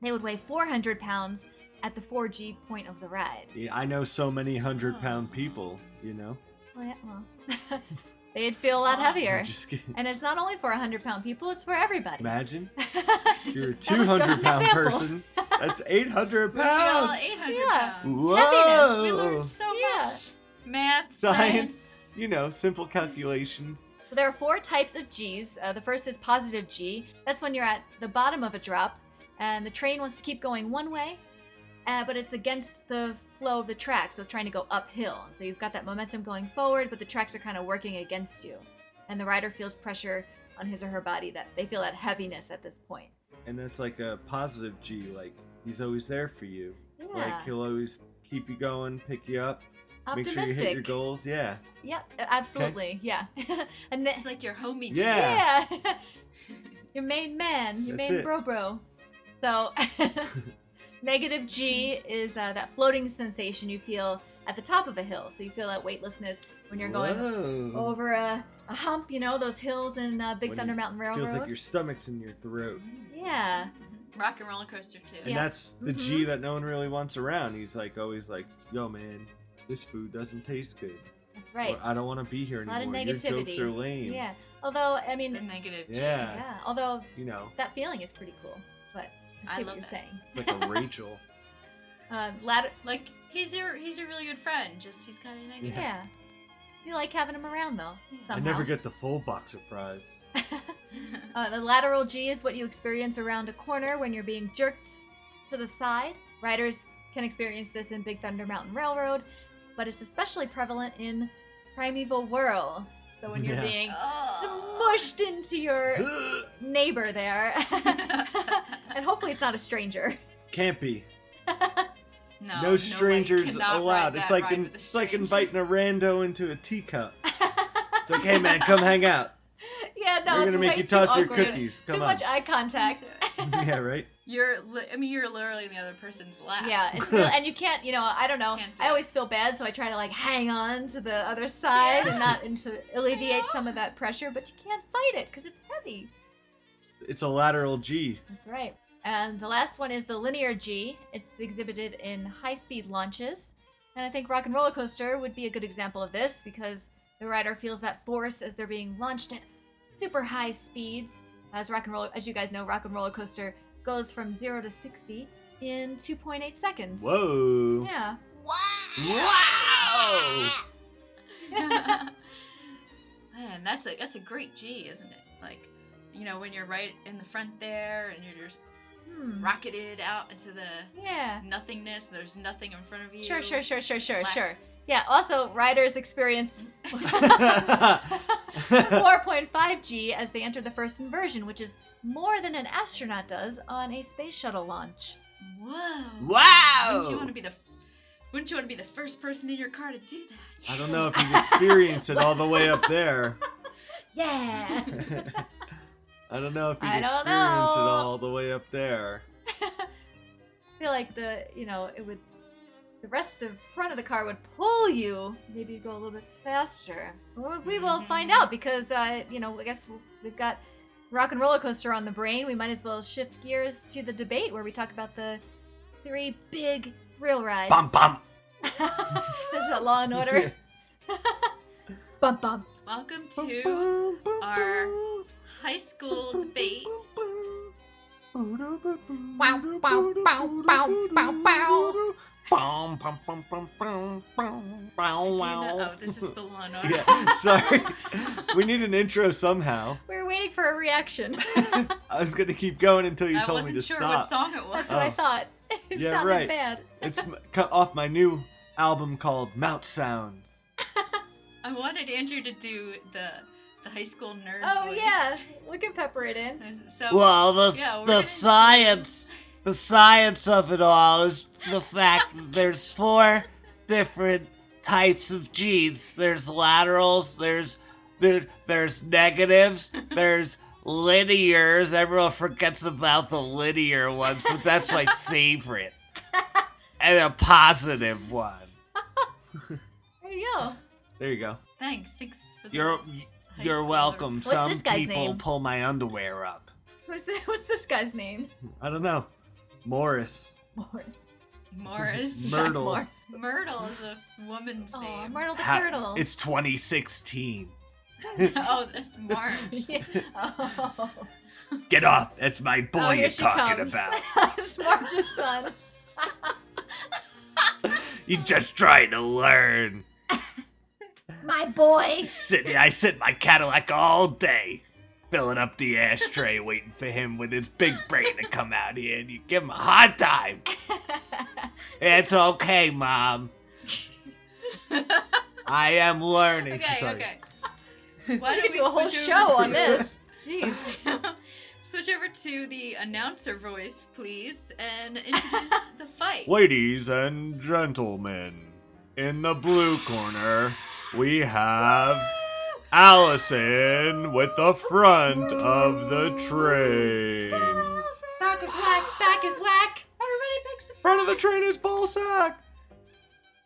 Speaker 5: they would weigh 400 pounds at the 4G point of the ride.
Speaker 6: Yeah, I know so many
Speaker 4: Oh.
Speaker 6: hundred pound people, you know?
Speaker 5: Well, yeah, well, they'd feel a lot
Speaker 4: Wow.
Speaker 5: heavier.
Speaker 6: I'm just kidding.
Speaker 5: And it's not only for 100 pound people, it's for everybody.
Speaker 6: Imagine you're a
Speaker 5: just an
Speaker 6: 200 pound
Speaker 5: example.
Speaker 6: person. That's 800
Speaker 4: We feel
Speaker 6: pounds.
Speaker 4: 800
Speaker 5: Yeah.
Speaker 4: pounds.
Speaker 6: Whoa.
Speaker 4: We learned so
Speaker 5: Yeah.
Speaker 4: much. Math, science.
Speaker 6: Science. You know, simple calculations.
Speaker 5: So there are four types of G's. Uh, the first is positive G. That's when you're at the bottom of a drop, and the train wants to keep going one way, uh, but it's against the flow of the track, so it's trying to go uphill. And so you've got that momentum going forward, but the tracks are kind of working against you, and the rider feels pressure on his or her body that they feel that heaviness at this point.
Speaker 6: And that's like a positive G, like he's always there for you.
Speaker 5: Yeah,
Speaker 6: Like he'll always keep you going, pick you up,
Speaker 5: optimistic.
Speaker 6: make sure you hit your goals. Yeah.
Speaker 5: Yep, uh, absolutely. Yeah, and then,
Speaker 4: It's like your homie.
Speaker 6: Yeah.
Speaker 5: yeah, your main man, your
Speaker 6: That's
Speaker 5: main
Speaker 6: it.
Speaker 5: bro bro. So negative G is uh, that floating sensation you feel at the top of a hill. So you feel that weightlessness when you're going
Speaker 6: Whoa.
Speaker 5: over a, a hump. You know those hills in uh, Big
Speaker 6: When
Speaker 5: Thunder
Speaker 6: you-
Speaker 5: Mountain
Speaker 6: Feels
Speaker 5: Railroad.
Speaker 6: like your stomach's in your throat.
Speaker 5: Yeah,
Speaker 4: Rock and roller coaster too.
Speaker 6: And
Speaker 5: Yeah.
Speaker 6: that's the
Speaker 5: Mm-hmm.
Speaker 6: G that no one really wants around. He's like always like, yo man, this food doesn't taste good.
Speaker 5: that's right.
Speaker 6: Or, I don't want to be here
Speaker 5: Lot of
Speaker 6: anymore. Your jokes
Speaker 5: negativity.
Speaker 6: are lame.
Speaker 5: Yeah. Although I mean,
Speaker 4: The negative. G.
Speaker 6: Yeah.
Speaker 5: yeah. Although
Speaker 6: You know,
Speaker 5: that feeling is pretty cool. But I
Speaker 4: I
Speaker 5: see what
Speaker 4: love
Speaker 5: you're
Speaker 4: that.
Speaker 5: saying.
Speaker 6: like a Rachel.
Speaker 5: Uh, ladder.
Speaker 4: Like he's your he's your really good friend. Just he's kind of negative.
Speaker 5: Yeah. You like having them around though.
Speaker 6: I
Speaker 5: Somehow.
Speaker 6: never get the full box of fries.
Speaker 5: Uh, the lateral G is what you experience around a corner when you're being jerked to the side. Riders can experience this in Big Thunder Mountain Railroad, but it's especially prevalent in Primeval Whirl. So when you're
Speaker 6: Yeah.
Speaker 5: being
Speaker 4: Oh.
Speaker 5: smushed into your neighbor there, and hopefully it's not a stranger.
Speaker 6: Can't be.
Speaker 4: No,
Speaker 6: no strangers allowed. It's like in,
Speaker 4: in,
Speaker 6: it's like inviting a rando into a teacup. it's like, hey man, come hang out.
Speaker 5: yeah, no,
Speaker 6: We're
Speaker 5: it's
Speaker 6: gonna make
Speaker 5: way
Speaker 6: you
Speaker 5: too
Speaker 6: toss your
Speaker 5: awkward.
Speaker 6: cookies. Come
Speaker 5: too
Speaker 6: on.
Speaker 5: much eye contact.
Speaker 6: yeah, right.
Speaker 4: You're, li- I mean, you're literally in the other person's lap.
Speaker 5: Yeah, it's real, and you can't, you know, I don't know.
Speaker 4: Uh, Can't do
Speaker 5: I
Speaker 4: it.
Speaker 5: always feel bad, so I try to like hang on to the other side and not and to alleviate
Speaker 4: Yeah.
Speaker 5: some of that pressure, but you can't fight it because it's heavy.
Speaker 6: It's a lateral G.
Speaker 5: That's right. And the last one is the linear G. It's exhibited in high-speed launches, and I think Rock and Roller Coaster would be a good example of this because the rider feels that force as they're being launched at super high speeds. As Rock and Roll, as you guys know, Rock and Roller Coaster goes from zero to sixty in 2.8 seconds.
Speaker 6: Whoa.
Speaker 5: Yeah.
Speaker 4: Wow.
Speaker 6: Wow.
Speaker 4: Man, that's a that's a great G, isn't it? Like, you know, when you're right in the front there and you're just
Speaker 5: Hmm.
Speaker 4: rocketed out into the
Speaker 5: Yeah.
Speaker 4: nothingness. and There's nothing in front of you.
Speaker 5: Sure, sure, sure, sure, sure,
Speaker 4: Black-
Speaker 5: sure. Yeah, also, riders experience 4.5G as they enter the first inversion, which is more than an astronaut does on a space shuttle launch.
Speaker 4: Whoa. Wouldn't you want
Speaker 6: wow.
Speaker 4: to be the Wouldn't you want to be the first person in your car to do that?
Speaker 6: I don't know if you've experienced it all the way up there.
Speaker 5: Yeah!
Speaker 6: I don't know if you'd
Speaker 5: I
Speaker 6: experience
Speaker 5: don't
Speaker 6: it
Speaker 5: know.
Speaker 6: all the way up there.
Speaker 5: I feel like the you know it would the rest the front of the car would pull you. Maybe you'd go a little bit faster. Well, we will find
Speaker 4: Mhm.
Speaker 5: out because uh, you know I guess we'll- we've got rock and roller coaster on the brain. We might as well shift gears to the debate where we talk about the three big rail rides.
Speaker 6: Bum bum.
Speaker 5: this is a Law and Order. bum bum.
Speaker 4: Welcome
Speaker 6: Bum,
Speaker 4: to
Speaker 6: bum, bum,
Speaker 4: our
Speaker 6: bum,
Speaker 4: high school
Speaker 6: bum,
Speaker 4: debate.
Speaker 6: bum, bum, bum, bum, bum,
Speaker 5: Wow,
Speaker 6: bum,
Speaker 5: wow,
Speaker 6: bum,
Speaker 5: wow,
Speaker 6: bum,
Speaker 5: wow,
Speaker 6: bum,
Speaker 5: wow,
Speaker 6: bum,
Speaker 5: wow.
Speaker 6: bum, bum, bum, bum, bum, bum, wow,
Speaker 4: Do you
Speaker 6: wow.
Speaker 4: know- oh, this is the Law and Order.
Speaker 6: Yeah, sorry. We need an intro somehow.
Speaker 5: We were waiting for a reaction.
Speaker 6: I was gonna keep going until you
Speaker 4: I
Speaker 6: told me
Speaker 4: wasn't
Speaker 6: to
Speaker 4: sure
Speaker 6: stop.
Speaker 4: what song it was.
Speaker 5: That's what I
Speaker 6: Oh.
Speaker 5: thought. It
Speaker 6: Yeah,
Speaker 5: sounded
Speaker 6: right.
Speaker 5: bad.
Speaker 6: It's m- cut off my new album called Mount Sounds.
Speaker 4: I wanted Andrew to do the the high school nerd.
Speaker 5: Oh
Speaker 4: voice.
Speaker 5: yeah, we can pepper it in.
Speaker 4: So
Speaker 6: Well, the
Speaker 4: Yeah, we're
Speaker 6: the
Speaker 4: gonna-
Speaker 6: science, the science of it all is the fact that there's four different types of genes. There's laterals. There's there, there's negatives. There's linears. Everyone forgets about the linear ones, but that's my favorite. And a positive one.
Speaker 5: There you go.
Speaker 6: There you go.
Speaker 4: thanks, thanks. For the
Speaker 6: You're
Speaker 4: high
Speaker 6: you're
Speaker 4: school
Speaker 6: welcome.
Speaker 5: What's
Speaker 6: Some
Speaker 5: this guy's
Speaker 6: people
Speaker 5: name?
Speaker 6: pull my underwear up.
Speaker 5: What's, the, what's this guy's name?
Speaker 6: I don't know. Morris.
Speaker 5: Morris.
Speaker 4: Morris.
Speaker 6: Mur- Myrtle.
Speaker 5: Morris.
Speaker 4: Myrtle is a woman's
Speaker 5: Oh,
Speaker 4: name.
Speaker 5: Myrtle the
Speaker 6: Ha-
Speaker 5: Turtle.
Speaker 6: It's 2016.
Speaker 4: oh, that's March.
Speaker 5: Yeah. Oh.
Speaker 6: Get off. That's my boy
Speaker 5: Oh, here
Speaker 6: you're
Speaker 5: she
Speaker 6: talking
Speaker 5: comes.
Speaker 6: about.
Speaker 5: it's Marge's son.
Speaker 6: You're just trying to learn.
Speaker 5: My boy.
Speaker 6: Sit, I sit my Cadillac all day, filling up the ashtray, waiting for him with his big brain to come out here, and you give him a hard time. It's okay, Mom. I am learning.
Speaker 4: okay,
Speaker 6: Sorry.
Speaker 4: okay.
Speaker 5: we
Speaker 4: Why
Speaker 5: could
Speaker 4: don't
Speaker 5: do a whole
Speaker 4: switch
Speaker 5: show
Speaker 4: over
Speaker 5: on
Speaker 4: to-
Speaker 5: this. Jeez.
Speaker 4: switch over to the announcer voice, please, and introduce the fight.
Speaker 6: Ladies and gentlemen, in the blue corner, we have Allison with the front of the train.
Speaker 5: Back is whack. Back is whack.
Speaker 4: Everybody picks the
Speaker 6: Front of the train is ballsack.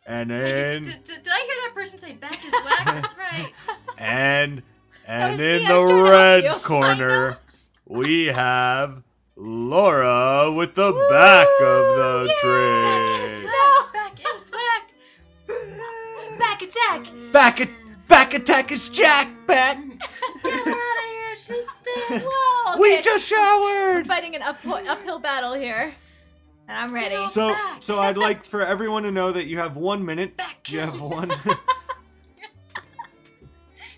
Speaker 6: And
Speaker 4: Did,
Speaker 6: in
Speaker 4: did, did, did I hear that person say back is whack? That's right.
Speaker 6: and and
Speaker 5: was
Speaker 6: in
Speaker 5: me, I was
Speaker 6: the
Speaker 5: trying to help
Speaker 6: red
Speaker 5: you.
Speaker 6: corner, we have Laura with the back of the
Speaker 4: Back is
Speaker 6: train.
Speaker 4: whack. Back is whack.
Speaker 5: Back attack.
Speaker 6: Back at back attack is Jack back.
Speaker 4: Get her out of here. She's dead.
Speaker 5: Whoa.
Speaker 6: We
Speaker 5: Mm, okay.
Speaker 6: just showered.
Speaker 5: We're fighting an uphill, uphill battle here, and I'm ready.
Speaker 4: Still-
Speaker 6: So,
Speaker 4: Back.
Speaker 6: so I'd like for everyone to know that you have one minute.
Speaker 4: Back.
Speaker 6: You have one.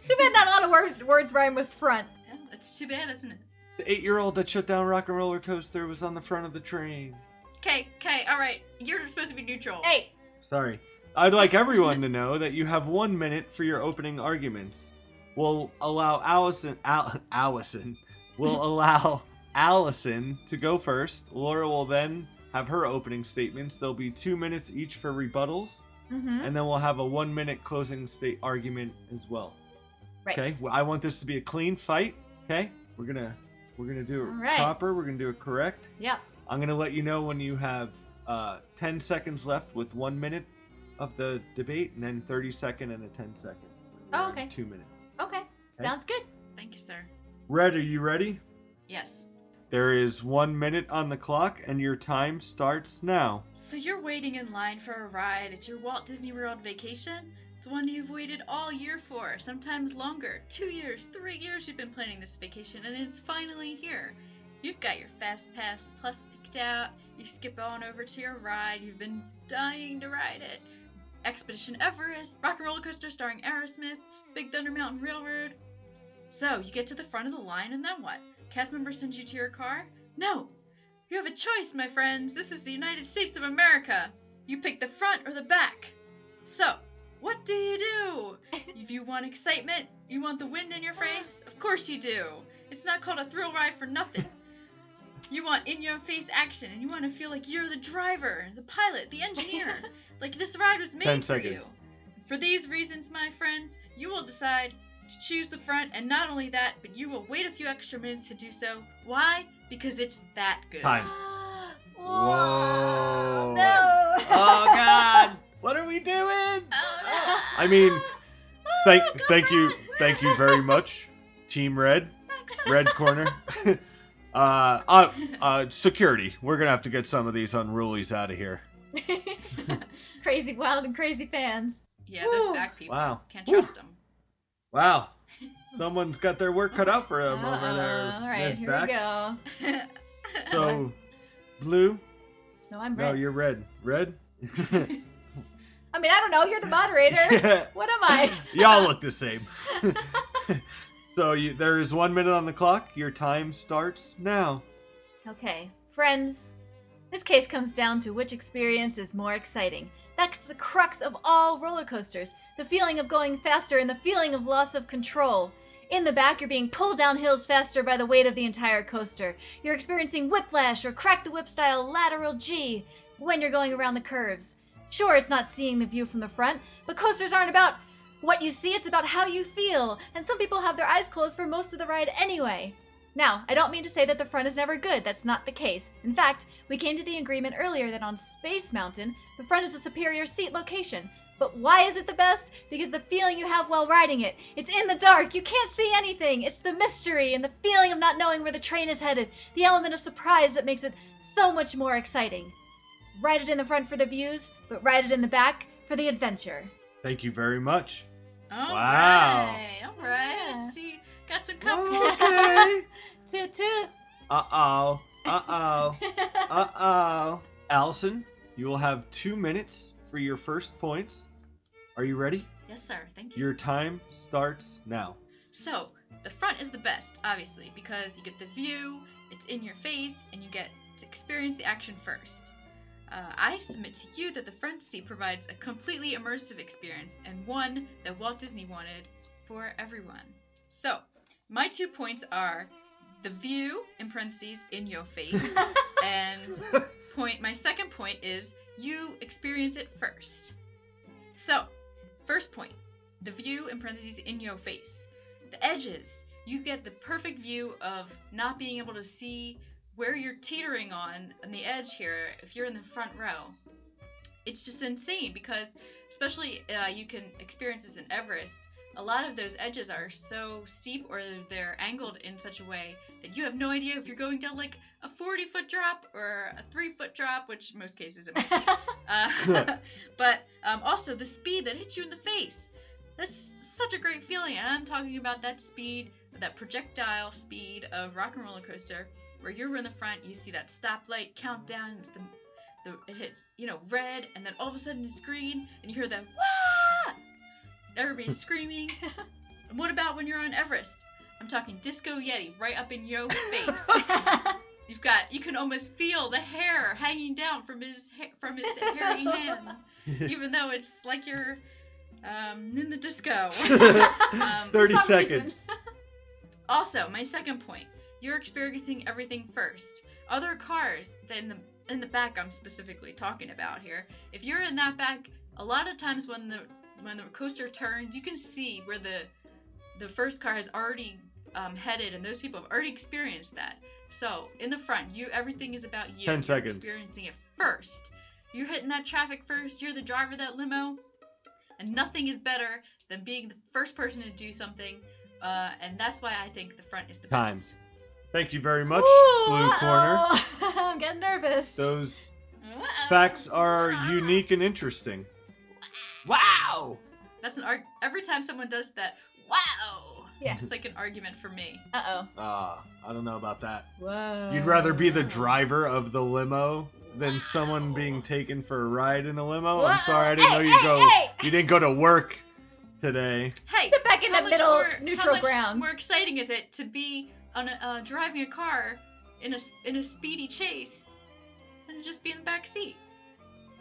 Speaker 5: Too bad not a lot of words words rhyme with front.
Speaker 4: Yeah, That's Oh, too bad, isn't it?
Speaker 6: the eight-year-old that shut down Rock and Roller Coaster was on the front of the train.
Speaker 4: Okay, okay, all right. You're supposed to be neutral.
Speaker 5: Hey,
Speaker 6: Sorry. I'd like everyone to know that you have one minute for your opening arguments. We'll allow Allison. Al- Allison. We'll allow Allison to go first. Laura will then have her opening statements. There'll be two minutes each for rebuttals,
Speaker 5: Mm-hmm.
Speaker 6: and then we'll have a one-minute closing state argument as well.
Speaker 5: Right.
Speaker 6: Okay. Well, I want this to be a clean fight. Okay. We're gonna we're gonna do it
Speaker 5: All right.
Speaker 6: proper. We're gonna do it correct.
Speaker 5: Yep.
Speaker 6: I'm gonna let you know when you have uh, 10 seconds left with one minute of the debate, and then 30 second and a 10 second.
Speaker 5: Oh,
Speaker 6: We're on
Speaker 5: okay.
Speaker 6: Two minutes.
Speaker 5: Okay. Sounds good.
Speaker 4: Thank you, sir.
Speaker 6: Red, are you ready?
Speaker 4: Yes.
Speaker 6: There is one minute on the clock, and your time starts now.
Speaker 4: So you're waiting in line for a ride at your Walt Disney World vacation? It's one you've waited all year for, sometimes longer. Two years, three years you've been planning this vacation, and it's finally here. You've got your Fast Pass Plus picked out. You skip on over to your ride. You've been dying to ride it. Expedition Everest, Rock and Roller Coaster starring Aerosmith, Big Thunder Mountain Railroad. So you get to the front of the line, and then what? Cast member sends you to your car? No, you have a choice, my friends. This is the United States of America. You pick the front or the back. So, what do you do? if you want excitement, you want the wind in your face, of course you do. It's not called a thrill ride for nothing. You want in your face action and you want to feel like you're the driver, the pilot, the engineer. like this ride was made
Speaker 6: Ten
Speaker 4: for
Speaker 6: seconds.
Speaker 4: you. For these reasons, my friends, you will decide to choose the front, and not only that, but you will wait a few extra minutes to do so. Why? Because it's that good.
Speaker 1: Time.
Speaker 5: Whoa.
Speaker 1: Whoa.
Speaker 5: No.
Speaker 1: Oh God! What are we doing?
Speaker 4: Oh, no.
Speaker 6: I mean,
Speaker 4: Oh,
Speaker 6: Thank,
Speaker 4: go
Speaker 6: thank you,
Speaker 4: Brad.
Speaker 6: thank you very much, Team Red, Red Corner. uh, uh, uh, security. We're gonna have to get some of these unrulies out of here.
Speaker 5: crazy wild and crazy fans.
Speaker 4: Yeah, those
Speaker 5: Woo.
Speaker 4: back people.
Speaker 6: Wow,
Speaker 4: Can't trust them.
Speaker 6: wow. Someone's got their work cut out for them over there.
Speaker 5: Uh-oh. All right,
Speaker 6: Miss
Speaker 5: here
Speaker 6: Beck.
Speaker 5: we go.
Speaker 6: So, blue.
Speaker 5: No, I'm
Speaker 6: No,
Speaker 5: red.
Speaker 6: you're red. Red.
Speaker 5: I mean, I don't know. You're the moderator.
Speaker 6: Yeah.
Speaker 5: what am I?
Speaker 6: Y'all look the same. so you, there is one minute on the clock. Your time starts now.
Speaker 5: Okay, friends, this case comes down to which experience is more exciting. That's the crux of all roller coasters the feeling of going faster and the feeling of loss of control. In the back, you're being pulled down hills faster by the weight of the entire coaster. You're experiencing whiplash or crack the whip style lateral G when you're going around the curves. Sure, it's not seeing the view from the front, but coasters aren't about what you see, it's about how you feel. And some people have their eyes closed for most of the ride anyway. Now, I don't mean to say that the front is never good. That's not the case. In fact, we came to the agreement earlier that on Space Mountain, the front is the superior seat location. But why is it the best? Because the feeling you have while riding it. It's in the dark. You can't see anything. It's the mystery and the feeling of not knowing where the train is headed. The element of surprise that makes it so much more exciting. Ride it in the front for the views, but ride it in the back for the adventure.
Speaker 6: Thank you very much.
Speaker 4: All
Speaker 6: Wow.
Speaker 4: right, all right.
Speaker 5: Yeah.
Speaker 4: See, got some competition.
Speaker 6: Okay.
Speaker 5: Toot toot.
Speaker 6: Uh oh. Uh oh. Uh oh. Allison, you will have two minutes for your first points. Are you ready?
Speaker 4: yes, sir. Thank you.
Speaker 6: Your time starts now.
Speaker 4: So, the front is the best, obviously, because you get the view, it's in your face, and you get to experience the action first. Uh, I submit to you that the front seat provides a completely immersive experience and one that Walt Disney wanted for everyone. So, my two points are the view, in parentheses, in your face, and point my second point is you experience it first. So, first point, the view, in parentheses, in your face the edges. You get the perfect view of not being able to see where you're teetering on on the edge here if you're in the front row. It's just insane because, especially uh, you can experience this in Everest. A lot of those edges are so steep or they're angled in such a way that you have no idea if you're going down like a 40 foot drop or a 3 foot drop, which in most cases it might be. Uh, but um, also the speed that hits you in the face. That's such a great feeling, and I'm talking about that speed, that projectile speed of Rock and Roller Coaster, where you're in the front, you see that stoplight countdown, and it's the, the it hits you know red, and then all of a sudden it's green, and you hear that wah! Everybody's screaming. and what about when you're on Everest? I'm talking Disco Yeti right up in your face. You've got you can almost feel the hair hanging down from his ha- from his hairy hand, even though it's like you're um, in the disco.
Speaker 5: some
Speaker 4: Um,
Speaker 6: 30
Speaker 5: reason.
Speaker 6: seconds.
Speaker 4: also, my second point: you're experiencing everything first. Other cars in the in the back, I'm specifically talking about here. If you're in that back, a lot of times when the when the coaster turns, you can see where the the first car has already um, headed, and those people have already experienced that. So in the front, you everything is about you.
Speaker 6: 10
Speaker 4: You're
Speaker 6: seconds.
Speaker 4: Experiencing it first. You're hitting that traffic first. You're the driver of that limo, and nothing is better than being the first person to do something. Uh, and that's why I think the front is the
Speaker 6: Time.
Speaker 4: best.
Speaker 6: Thank you very much,
Speaker 5: Ooh,
Speaker 6: Blue Corner.
Speaker 5: uh-oh. I'm getting nervous.
Speaker 6: Those
Speaker 4: Uh-oh.
Speaker 6: facts are unique and interesting.
Speaker 1: Wow!
Speaker 4: That's an arg. Every time someone does that, wow,
Speaker 5: Yeah.
Speaker 4: it's like an argument for me.
Speaker 5: Uh oh.
Speaker 6: Ah, I don't know about that.
Speaker 5: Whoa.
Speaker 6: You'd rather be
Speaker 5: Uh.
Speaker 6: the driver of the limo than someone being taken for a ride in a limo. I'm sorry, I didn't
Speaker 5: Hey,
Speaker 6: know you
Speaker 5: hey,
Speaker 6: go.
Speaker 5: hey!
Speaker 6: You didn't go to work today.
Speaker 4: Hey,
Speaker 5: Sit back in
Speaker 4: how
Speaker 5: the
Speaker 4: much
Speaker 5: middle,
Speaker 4: more, how
Speaker 5: neutral
Speaker 4: much
Speaker 5: ground.
Speaker 4: More exciting is it to be on a, uh, driving a car in a s- in a speedy chase than to just be in the back seat?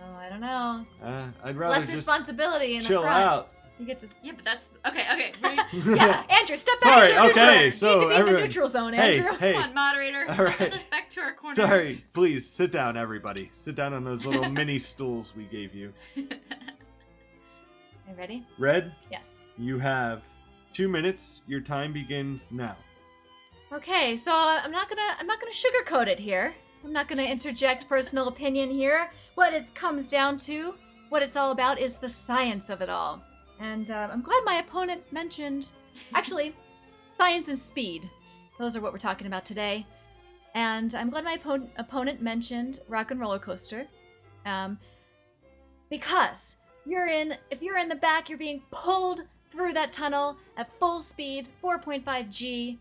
Speaker 5: Oh, I don't know.
Speaker 6: Uh, I'd rather
Speaker 5: Less
Speaker 6: just
Speaker 5: responsibility in
Speaker 6: chill
Speaker 5: the front.
Speaker 6: out.
Speaker 5: You get to.
Speaker 4: Yeah, but that's okay. Okay, right.
Speaker 5: Yeah, Andrew, step back
Speaker 6: Sorry,
Speaker 5: into your
Speaker 6: okay,
Speaker 5: neutral. you need to
Speaker 6: so
Speaker 5: be in
Speaker 6: everyone-
Speaker 5: the neutral zone,
Speaker 6: hey,
Speaker 5: Andrew.
Speaker 6: hey.
Speaker 4: come on, moderator.
Speaker 6: All right.
Speaker 4: Send us back to our corners.
Speaker 6: Sorry, please sit down, everybody. Sit down on those little mini stools we gave you.
Speaker 5: You ready?
Speaker 6: Red,
Speaker 5: Yes.
Speaker 6: you have
Speaker 7: Two minutes. Your time begins now.
Speaker 5: Okay, so uh, I'm not gonna I'm not gonna sugarcoat it here. I'm not gonna interject personal opinion here. What it comes down to, what it's all about, is the science of it all. And uh, I'm glad my opponent mentioned, actually, science and speed. Those are what we're talking about today. And I'm glad my oppo- opponent mentioned Rock and Roller Coaster, um, because you're in if you're in the back, you're being pulled through that tunnel at full speed, 4.5 g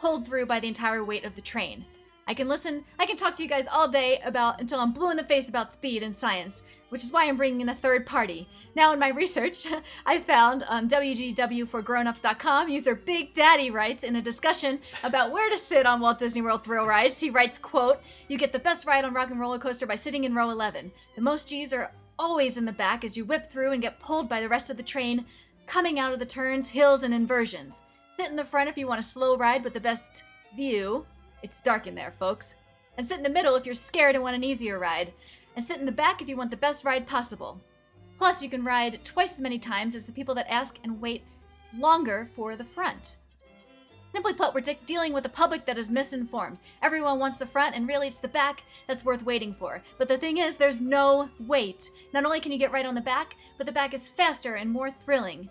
Speaker 5: pulled through by the entire weight of the train. I can listen, I can talk to you guys all day about until I'm blue in the face about speed and science, which is why I'm bringing in a third party. Now, in my research, I found um, on WGWforgrownups.com user Big Daddy writes in a discussion about where to sit on Walt Disney World thrill rides. He writes, "quote You get the best ride on Rock and Roller Coaster by sitting in row 11. The most G's are always in the back as you whip through and get pulled by the rest of the train, coming out of the turns, hills, and inversions." Sit in the front if you want a slow ride with the best view. It's dark in there, folks. And sit in the middle if you're scared and want an easier ride. And sit in the back if you want the best ride possible. Plus, you can ride twice as many times as the people that ask and wait longer for the front. Simply put, we're de- dealing with a public that is misinformed. Everyone wants the front, and really it's the back that's worth waiting for. But the thing is, there's no wait. Not only can you get right on the back, but the back is faster and more thrilling.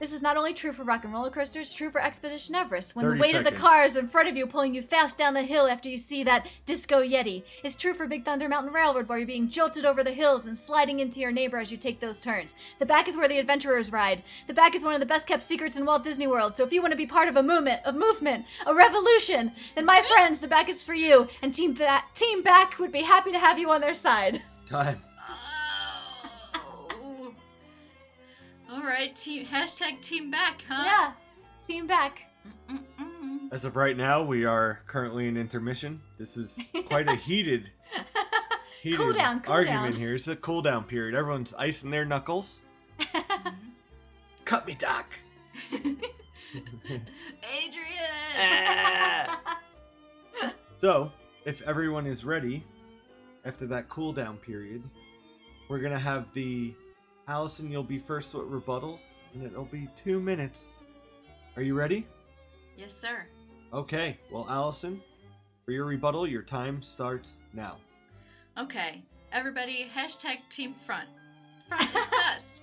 Speaker 5: This is not only true for rock and roller coasters, true for Expedition Everest. When the
Speaker 7: 30
Speaker 5: weight of the
Speaker 7: seconds.
Speaker 5: car is in front of you pulling you fast down the hill after you see that disco yeti. It's true for Big Thunder Mountain Railroad where you're being jolted over the hills and sliding into your neighbor as you take those turns. The back is where the adventurers ride. The back is one of the best kept secrets in Walt Disney World. So if you want to be part of a movement, a movement, a revolution, then my friends, the back is for you. And Team Ba- Team Back would be happy to have you on their side.
Speaker 7: Time.
Speaker 4: Oh. All right, team. Hashtag team back, huh?
Speaker 5: Yeah, Team Back.
Speaker 4: Yeah. Mm-mm.
Speaker 7: As of right now, we are currently in intermission. This is quite a heated, heated
Speaker 5: Cool down, cool
Speaker 7: argument
Speaker 5: down.
Speaker 7: here. It's a cool down period. Everyone's icing their knuckles. Cut me, Doc. Eh.
Speaker 4: Adrian.
Speaker 7: So, if everyone is ready, after that cool down period, we're gonna have the Allison. You'll be first with rebuttals, and it'll be two minutes. Are you ready?
Speaker 4: yes, sir.
Speaker 7: Okay. Well, Allison, for your rebuttal, your time starts now.
Speaker 4: Okay, everybody. Hashtag team front. Front is best.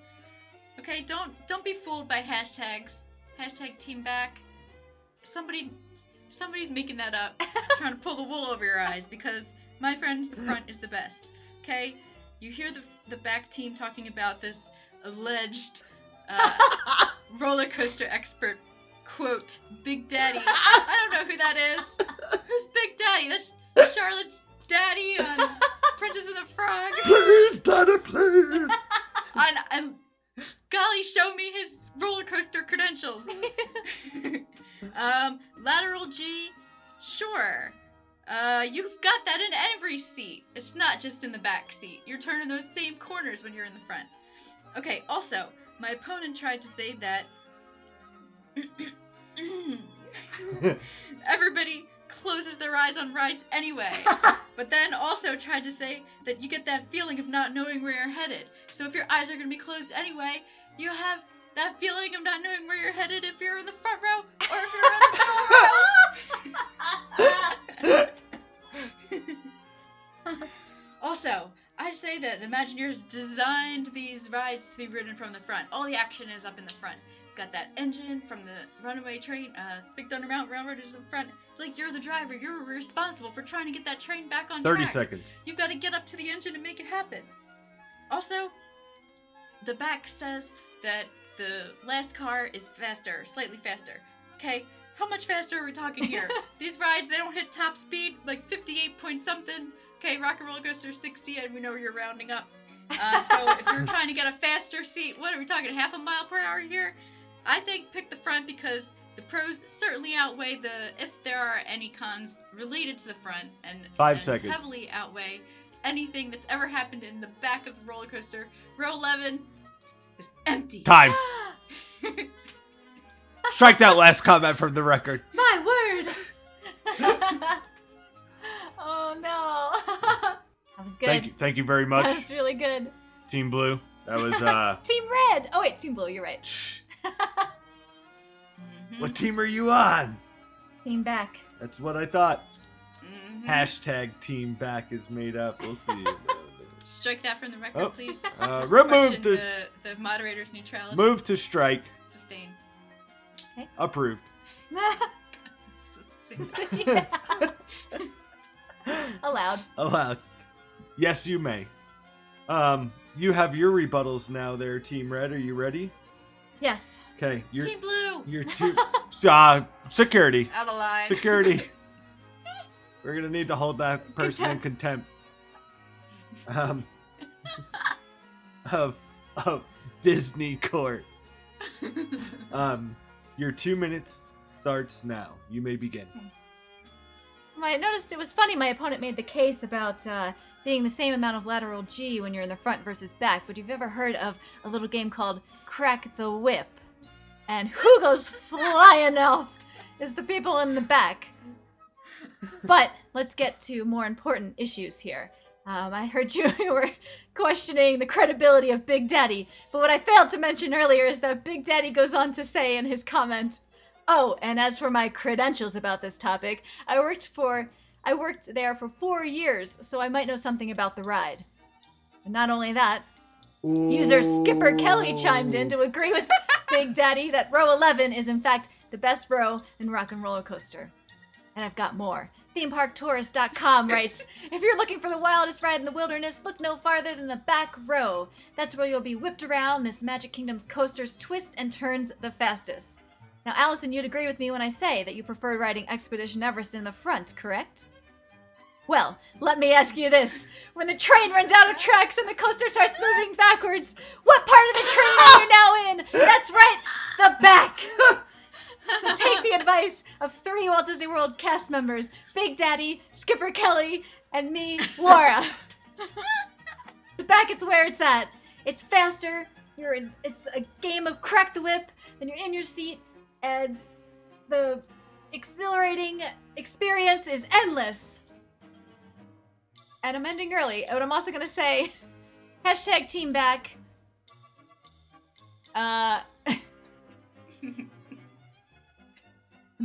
Speaker 4: Okay, don't don't be fooled by hashtags. Hashtag team back. Somebody, somebody's making that up, trying to pull the wool over your eyes because my friends, the front is the best. Okay, you hear the the back team talking about this alleged. Uh, roller coaster expert quote Big Daddy. I don't know who that is. Who's Big Daddy? That's Charlotte's daddy on Princess and the Frog.
Speaker 7: Please, Daddy, please.
Speaker 4: On, on golly, show me his roller coaster credentials. um, lateral G, sure. Uh, you've got that in every seat. It's not just in the back seat. You're turning those same corners when you're in the front. Okay, also, my opponent tried to say that everybody closes their eyes on rides anyway. but then also tried to say that you get that feeling of not knowing where you're headed. So if your eyes are going to be closed anyway, you have that feeling of not knowing where you're headed if you're in the front row or if you're in the middle row. also, I say that the Imagineers designed these rides to be ridden from the front. All the action is up in the front. You've got that engine from the runaway train. Uh, Big Thunder Mountain Railroad is in front. It's like you're the driver. You're responsible for trying to get that train back on
Speaker 7: Thirty
Speaker 4: track.
Speaker 7: seconds.
Speaker 4: You've got to get up to the engine and make it happen. Also, the back says that the last car is faster, slightly faster. Okay, how much faster are we talking here? These rides, they don't hit top speed, like 58 point something. Okay, Rock and Roller Coaster 60, and we know you're rounding up. Uh, so if you're trying to get a faster seat, what are we talking, half a mile per hour here? I think pick the front because the pros certainly outweigh the, if there are any cons related to the front, and,
Speaker 7: Five
Speaker 4: and
Speaker 7: seconds.
Speaker 4: heavily outweigh anything that's ever happened in the back of the roller coaster. Row 11 is empty.
Speaker 7: Time. Strike that last comment from the record.
Speaker 5: My word! oh no! that was good.
Speaker 7: Thank you. Thank you very
Speaker 5: That
Speaker 7: much,
Speaker 5: was really good.
Speaker 7: Team Blue. That was uh
Speaker 5: Team Red! Oh wait, Team Blue, you're right.
Speaker 6: Mm-hmm.
Speaker 7: What team are you on?
Speaker 5: Came back.
Speaker 7: That's what I thought.
Speaker 6: Mm-hmm.
Speaker 4: Mhm.
Speaker 7: Hashtag team back is made up. We'll see.
Speaker 4: Strike that from the record,
Speaker 7: Oh,
Speaker 4: please.
Speaker 7: uh,
Speaker 4: Just
Speaker 7: remove
Speaker 4: question
Speaker 7: the-
Speaker 4: the the moderator's neutrality.
Speaker 7: Move to strike.
Speaker 4: Sustain.
Speaker 7: Approved.
Speaker 4: Sustain.
Speaker 5: Allowed.
Speaker 7: Allowed. Yes, you may. Um, you have your rebuttals now, there, Team Red. Are you ready?
Speaker 5: Yes.
Speaker 7: Okay, you're
Speaker 4: Team Blue.
Speaker 7: you're two. uh, security,
Speaker 4: Out of line.
Speaker 7: security. We're gonna need to hold that person in contempt. Um, of of Disney Court. Um, your two minutes starts now. You may begin.
Speaker 5: I noticed it was funny. My opponent made the case about uh, being the same amount of lateral G when you're in the front versus back. But you've ever heard of a little game called Crack the Whip? And who goes flying off is the people in the back. But let's get to more important issues here. Um, I heard you were questioning the credibility of Big Daddy, but what I failed to mention earlier is that Big Daddy goes on to say in his comment, "Oh, and as for my credentials about this topic, I worked for I worked there for four years, so I might know something about the ride. And not only that, user Skipper Kelly chimed in to agree with Big Daddy that row 11 is in fact the best row in Rock and Roller Coaster. And I've got more. ThemeParkTourist.com writes, if you're looking for the wildest ride in the wilderness, look no farther than the back row. That's where you'll be whipped around this Magic Kingdom's coasters twist and turns the fastest. Now, Allison, you'd agree with me when I say that you prefer riding Expedition Everest in the front, correct? Well, let me ask you this. When the train runs out of tracks and the coaster starts moving backwards, what part of the train are you now in? That's right, the back! So take the advice of three Walt Disney World cast members Big Daddy, Skipper Kelly, and me, Laura. the back is where it's at. It's faster, you're in, it's a game of crack the whip, and you're in your seat, and the exhilarating experience is endless. And I'm ending early, but I'm also gonna say hashtag team back. Uh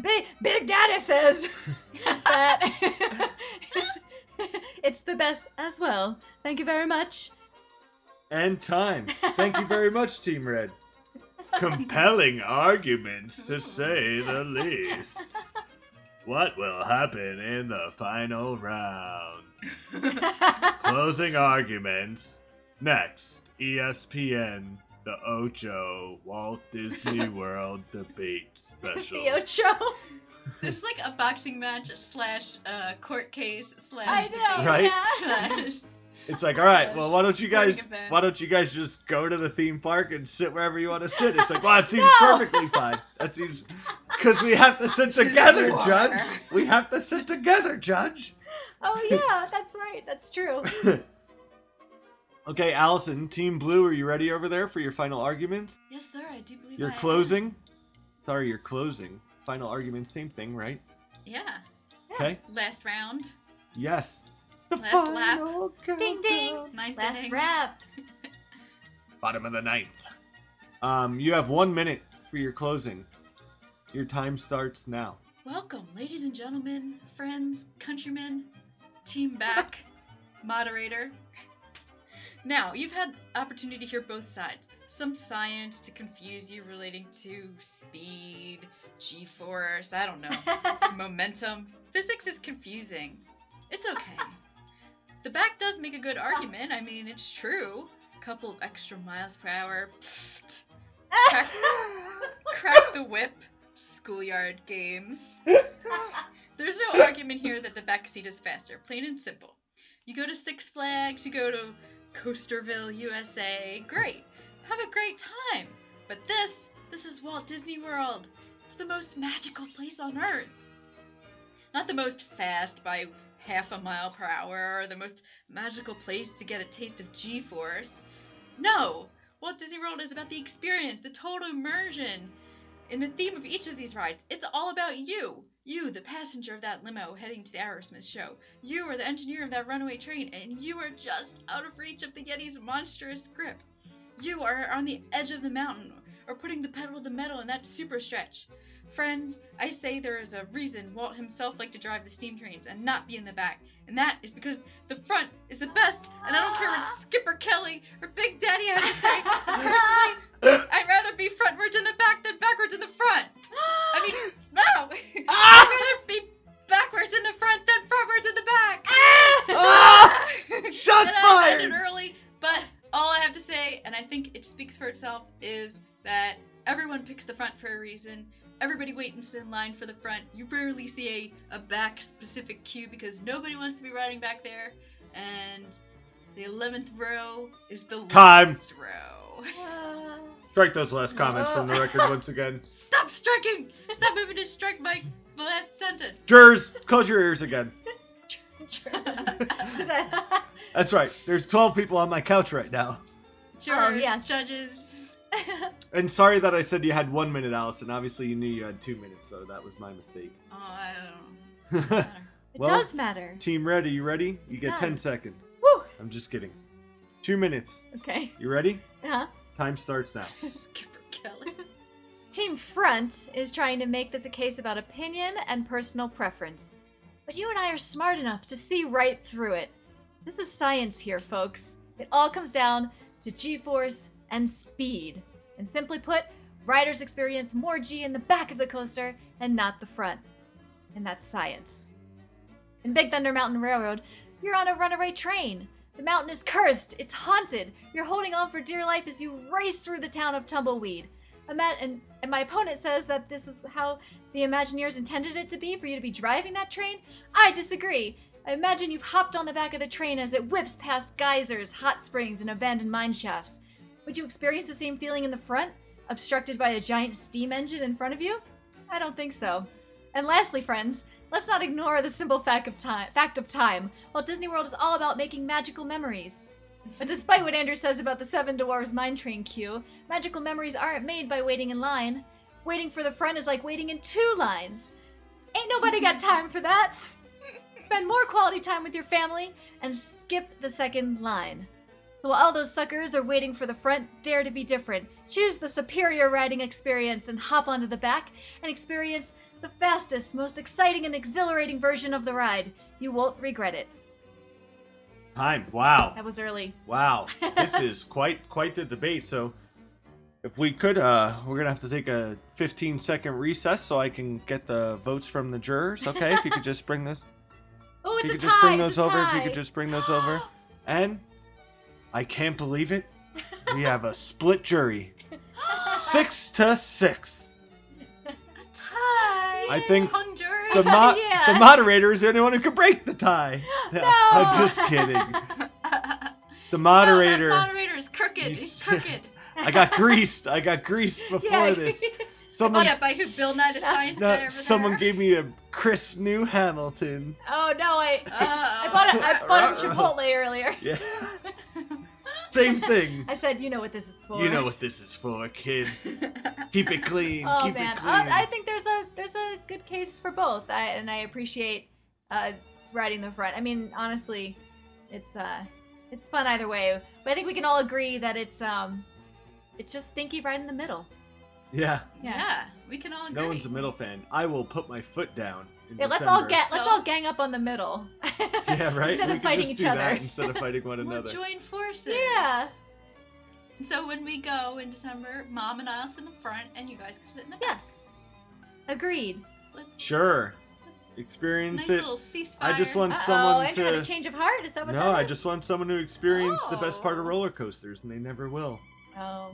Speaker 5: Big Big Daddy says that it's the best as well. Thank you very much.
Speaker 7: And time. Thank you very much, Team Red.
Speaker 6: Compelling arguments, to say the least. What will happen in the final round? Closing arguments. Next,
Speaker 7: E
Speaker 6: ESPN, the Ocho Walt Disney World debate special.
Speaker 5: the Ocho.
Speaker 4: This is like a boxing match slash uh, court case slash
Speaker 5: I know.
Speaker 4: debate
Speaker 7: Right?
Speaker 5: yeah.
Speaker 4: slash
Speaker 7: It's like, all right, well, why don't you guys,
Speaker 4: Sporting event.
Speaker 7: why don't you guys just go to the theme park and sit wherever you want to sit? It's like, well, that seems
Speaker 5: No.
Speaker 7: perfectly fine. That seems because we have to sit together,
Speaker 4: war.
Speaker 7: Judge. We have to sit together, Judge.
Speaker 5: Oh yeah, that's right. That's true.
Speaker 7: Okay, Allison, Team Blue, are you ready over there for your final arguments?
Speaker 4: Yes, sir. I do believe
Speaker 7: Your
Speaker 4: I am.
Speaker 7: closing. Sorry, your closing. Final argument, same thing, right?
Speaker 4: Yeah.
Speaker 7: Okay.
Speaker 4: Last round.
Speaker 7: Yes. The
Speaker 4: Last lap.
Speaker 7: countdown.
Speaker 5: ding ding.
Speaker 4: Ninth
Speaker 5: Last
Speaker 4: inning.
Speaker 5: rap.
Speaker 7: Bottom of the ninth. Um, you have one minute for your closing. Your time starts now.
Speaker 4: Welcome, ladies and gentlemen, friends, countrymen, team back, moderator. Now, you've had opportunity to hear both sides. Some science to confuse you relating to speed, g force, I don't know, momentum. Physics is confusing. It's okay. The back does make a good argument. I mean, it's true. Couple of extra miles per hour. Pfft. Crack, crack the whip. Schoolyard games. There's no argument here that the backseat is faster, plain and simple. You go to Six Flags, you go to Coasterville, USA, great. Have a great time. But this, this is Walt Disney World. It's the most magical place on earth. Not the most fast by half a mile per hour or the most magical place to get a taste of G Force. No! Walt Disney World is about the experience, the total immersion, in the theme of each of these rides, it's all about you. You, the passenger of that limo heading to the Aerosmith show. You are the engineer of that runaway train, and you are just out of reach of the Yeti's monstrous grip. You are on the edge of the mountain, or putting the pedal to the metal in that super stretch. Friends, I say there is a reason Walt himself liked to drive the steam trains and not be in the back, and that is because the front is the best, and I don't care what Skipper Kelly or Big Daddy had to say. Personally, I'd rather be frontwards in the back than backwards in the front. I mean, no! I'd rather be backwards in the front than frontwards in the back!
Speaker 7: Oh.
Speaker 6: Ah!
Speaker 4: And
Speaker 6: Shots
Speaker 4: I
Speaker 6: fired!
Speaker 4: ended early, but all I have to say, and I think it speaks for itself, is that everyone picks the front for a reason. Everybody waits in line for the front. You rarely see a, a back specific queue because nobody wants to be riding back there. And the 11th row is the
Speaker 6: Time.
Speaker 4: last row.
Speaker 6: Strike those last comments from the record once again.
Speaker 4: Stop striking! Stop moving to strike my last sentence.
Speaker 6: Jurors, close your ears again.
Speaker 5: Is that-
Speaker 6: That's right. There's 12 people on my couch right now.
Speaker 4: Jurors,
Speaker 5: yes.
Speaker 4: judges.
Speaker 6: And sorry that I said you had one minute, Allison. Obviously, you knew you had two minutes, so that was my mistake.
Speaker 4: Oh, I don't know. Matter.
Speaker 5: it
Speaker 6: Well,
Speaker 5: does matter.
Speaker 6: Team ready, you ready? You get 10
Speaker 5: does.
Speaker 6: seconds.
Speaker 5: Woo!
Speaker 6: I'm just kidding. Two minutes.
Speaker 5: Okay.
Speaker 6: You ready?
Speaker 5: Huh?
Speaker 6: Time starts now.
Speaker 4: Skipper Kelly.
Speaker 5: Team Front is trying to make this a case about opinion and personal preference. But you and I are smart enough to see right through it. This is science here, folks. It all comes down to g force and speed. And simply put, riders experience more g in the back of the coaster and not the front. And that's science. In Big Thunder Mountain Railroad, you're on a runaway train. The mountain is cursed, it's haunted. You're holding on for dear life as you race through the town of Tumbleweed. Ima- and, and my opponent says that this is how the Imagineers intended it to be for you to be driving that train. I disagree. I imagine you've hopped on the back of the train as it whips past geysers, hot springs, and abandoned mine shafts. Would you experience the same feeling in the front, obstructed by a giant steam engine in front of you? I don't think so. And lastly, friends, let's not ignore the simple fact of time. Fact of time. Walt Disney World is all about making magical memories. But despite what Andrew says about the Seven Dwarves Mine Train queue, magical memories aren't made by waiting in line. Waiting for the front is like waiting in two lines. Ain't nobody got time for that. Spend more quality time with your family and skip the second line. So while all those suckers are waiting for the front, dare to be different. Choose the superior riding experience and hop onto the back and experience the fastest, most exciting, and exhilarating version of the ride. You won't regret it.
Speaker 6: Time. Wow.
Speaker 5: That was early.
Speaker 6: Wow, this is quite quite the debate. So, if we could, uh, we're gonna have to take a 15 second recess so I can get the votes from the jurors. Okay, if you could just bring those,
Speaker 5: Oh, it's
Speaker 6: if you
Speaker 5: a
Speaker 6: could
Speaker 5: tie.
Speaker 6: just bring
Speaker 5: it's
Speaker 6: those
Speaker 5: a
Speaker 6: over, if you
Speaker 5: tie.
Speaker 6: could just bring those over. And I can't believe it, we have a split jury, six to six.
Speaker 4: A tie.
Speaker 6: I think
Speaker 4: Honduras.
Speaker 6: The mo-
Speaker 5: Yeah.
Speaker 6: the moderator is the only one who could break the tie.
Speaker 5: No.
Speaker 6: I'm just kidding. The moderator,
Speaker 4: No, that moderator is crooked.
Speaker 6: You
Speaker 4: He's
Speaker 6: s-
Speaker 4: crooked.
Speaker 6: I got greased. I got greased before
Speaker 5: Yeah.
Speaker 6: this. Someone
Speaker 4: Oh, yeah, by who Bill Nye the Science
Speaker 6: No,
Speaker 4: Guy over
Speaker 6: someone
Speaker 4: there.
Speaker 6: gave me a crisp new Hamilton.
Speaker 5: oh no, I
Speaker 4: Uh-oh.
Speaker 5: I bought a, I bought a Chipotle earlier.
Speaker 6: Yeah. Same thing.
Speaker 5: I said, you know what this is for.
Speaker 6: You know what this is for, kid. Keep it clean.
Speaker 5: Oh
Speaker 6: keep
Speaker 5: man,
Speaker 6: it clean.
Speaker 5: Uh, I think there's a there's a good case for both, I, and I appreciate uh, riding the front. I mean, honestly, it's uh it's fun either way. But I think we can all agree that it's um it's just stinky right in the middle.
Speaker 6: Yeah.
Speaker 4: yeah.
Speaker 5: Yeah.
Speaker 4: we can all agree.
Speaker 6: No one's a middle fan. I will put my foot down. In
Speaker 5: Yeah, let's
Speaker 6: December.
Speaker 5: all get let's
Speaker 4: So-
Speaker 5: all gang up on the middle.
Speaker 6: Yeah, right.
Speaker 5: Instead
Speaker 6: We
Speaker 5: of
Speaker 6: could
Speaker 5: fighting
Speaker 6: just
Speaker 5: each
Speaker 6: do that
Speaker 5: other.
Speaker 6: instead of fighting one
Speaker 4: We'll
Speaker 6: another.
Speaker 4: join forces.
Speaker 5: Yeah.
Speaker 4: So when we go in December, Mom and I'll sit in the front, and you guys can sit in the back.
Speaker 5: Yes. Agreed.
Speaker 4: Let's
Speaker 6: Sure. Experience
Speaker 4: nice
Speaker 6: it.
Speaker 4: little ceasefire.
Speaker 6: I just want
Speaker 5: Uh-oh,
Speaker 6: someone
Speaker 5: Andrew had a
Speaker 6: to.
Speaker 5: change of heart. Is that what
Speaker 6: No,
Speaker 5: that
Speaker 6: I
Speaker 5: is?
Speaker 6: just want someone to experience the best part of
Speaker 4: Oh.
Speaker 6: roller coasters, and they never will.
Speaker 5: Oh.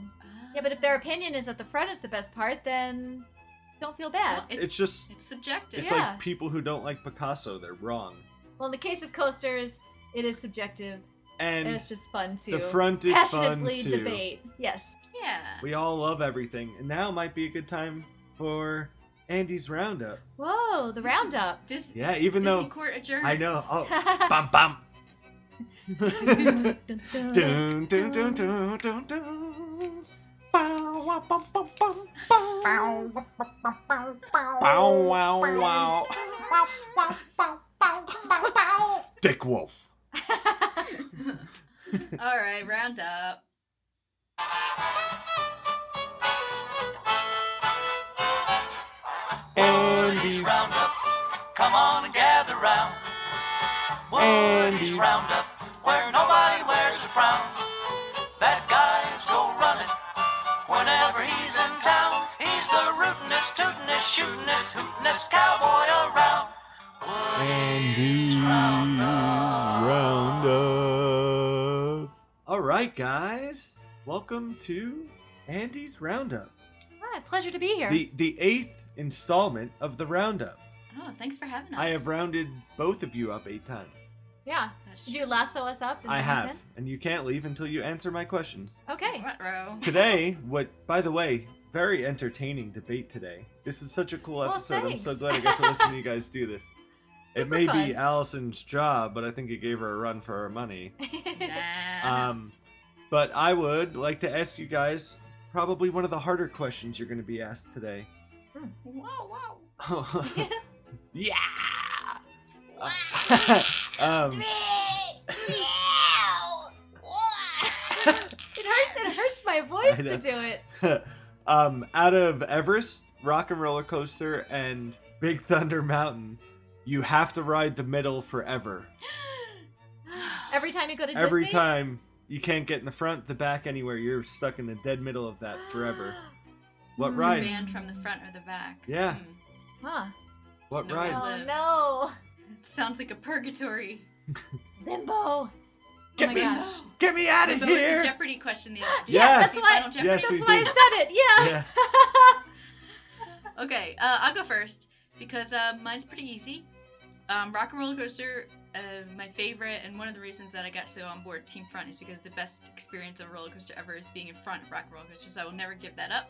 Speaker 5: Yeah, but if their opinion is that the front is the best part, then don't feel bad.
Speaker 4: Well, it-
Speaker 6: It's just.
Speaker 4: it's subjective.
Speaker 6: It's
Speaker 5: Yeah.
Speaker 6: like people who don't like Picasso. They're wrong.
Speaker 5: Well, in the case of coasters, it is subjective, and,
Speaker 6: And
Speaker 5: it's just fun to
Speaker 6: the front is fun
Speaker 5: passionately
Speaker 6: too.
Speaker 5: debate. Yes.
Speaker 4: Yeah.
Speaker 6: We all love everything, and now might be a good time for Andy's roundup.
Speaker 5: Whoa, the roundup.
Speaker 4: Dis-
Speaker 6: Yeah, even
Speaker 4: Disney
Speaker 6: though
Speaker 4: Court adjourned.
Speaker 6: I know. Oh, bum bum. dun, dun, dun, dun, dun, dun. Bow, wow, bum, bum, bum, bow. Bow, wow, wow. Dick Wolf.
Speaker 4: all right, round up.
Speaker 6: Andy's
Speaker 8: Roundup. Come on and gather round. Woody's
Speaker 6: Andy.
Speaker 8: Roundup, where nobody wears a frown. That guy's go running whenever he's in town. He's the rootinest, tootinest, shootinest, hootinest cowboy around.
Speaker 6: Andy's Roundup. All right, guys, welcome to Andy's Roundup,
Speaker 5: Hi, pleasure to be here.
Speaker 6: the the eighth installment of the Roundup.
Speaker 4: Oh, thanks for having us.
Speaker 6: I have rounded both of you up eight times.
Speaker 5: yeah.
Speaker 4: That's
Speaker 5: Did
Speaker 4: true.
Speaker 5: you lasso us up? and
Speaker 6: I
Speaker 5: bring us
Speaker 6: have, and you can't leave until you answer my questions.
Speaker 5: in? Okay.
Speaker 4: What row?
Speaker 6: Today, what, by the way, very entertaining debate today. This is such a cool
Speaker 5: Well,
Speaker 6: episode. I'm
Speaker 5: thanks.
Speaker 6: so glad I got to listen to you guys do this. It
Speaker 5: Super
Speaker 6: may
Speaker 5: fun.
Speaker 6: be Allison's job, but I think it gave her a run for her money.
Speaker 4: Nah.
Speaker 6: Um, but I would like to ask you guys probably one of the harder questions you're going to be asked today.
Speaker 4: Whoa, whoa.
Speaker 6: yeah.
Speaker 4: Wow.
Speaker 6: um,
Speaker 5: it hurts. It hurts my voice
Speaker 6: I
Speaker 5: to
Speaker 6: know.
Speaker 5: do it.
Speaker 6: um, out of Everest, Rock and Roller Coaster, and Big Thunder Mountain, you have to ride the middle forever.
Speaker 5: Every time you go to
Speaker 6: Every
Speaker 5: Disney.
Speaker 6: time you can't get in the front, the back, anywhere, you're stuck in the dead middle of that forever. What
Speaker 5: Mm,
Speaker 6: ride?
Speaker 4: Man from the front or the back.
Speaker 6: Yeah.
Speaker 4: Hmm.
Speaker 5: Huh.
Speaker 6: What
Speaker 4: no
Speaker 6: ride?
Speaker 4: way.
Speaker 5: Oh
Speaker 4: live.
Speaker 5: no.
Speaker 4: It sounds like a purgatory.
Speaker 5: Limbo.
Speaker 6: Get
Speaker 5: oh my
Speaker 6: me-
Speaker 5: gosh.
Speaker 6: Get me out of
Speaker 4: That was the
Speaker 6: here!
Speaker 4: Jeopardy question the other day.
Speaker 6: Yeah,
Speaker 4: Did
Speaker 5: that's
Speaker 4: you see
Speaker 5: why-
Speaker 4: Final Jeopardy?
Speaker 6: Yes, we
Speaker 5: That's why I
Speaker 6: did.
Speaker 5: said it. Yeah.
Speaker 6: Yeah.
Speaker 4: Okay, uh, I'll go first because uh, mine's pretty easy. Um, Rock and Roller Coaster, uh, my favorite, and one of the reasons that I got so on board Team Front is because the best experience of a roller coaster ever is being in front of Rock and Roller Coaster, so I will never give that up.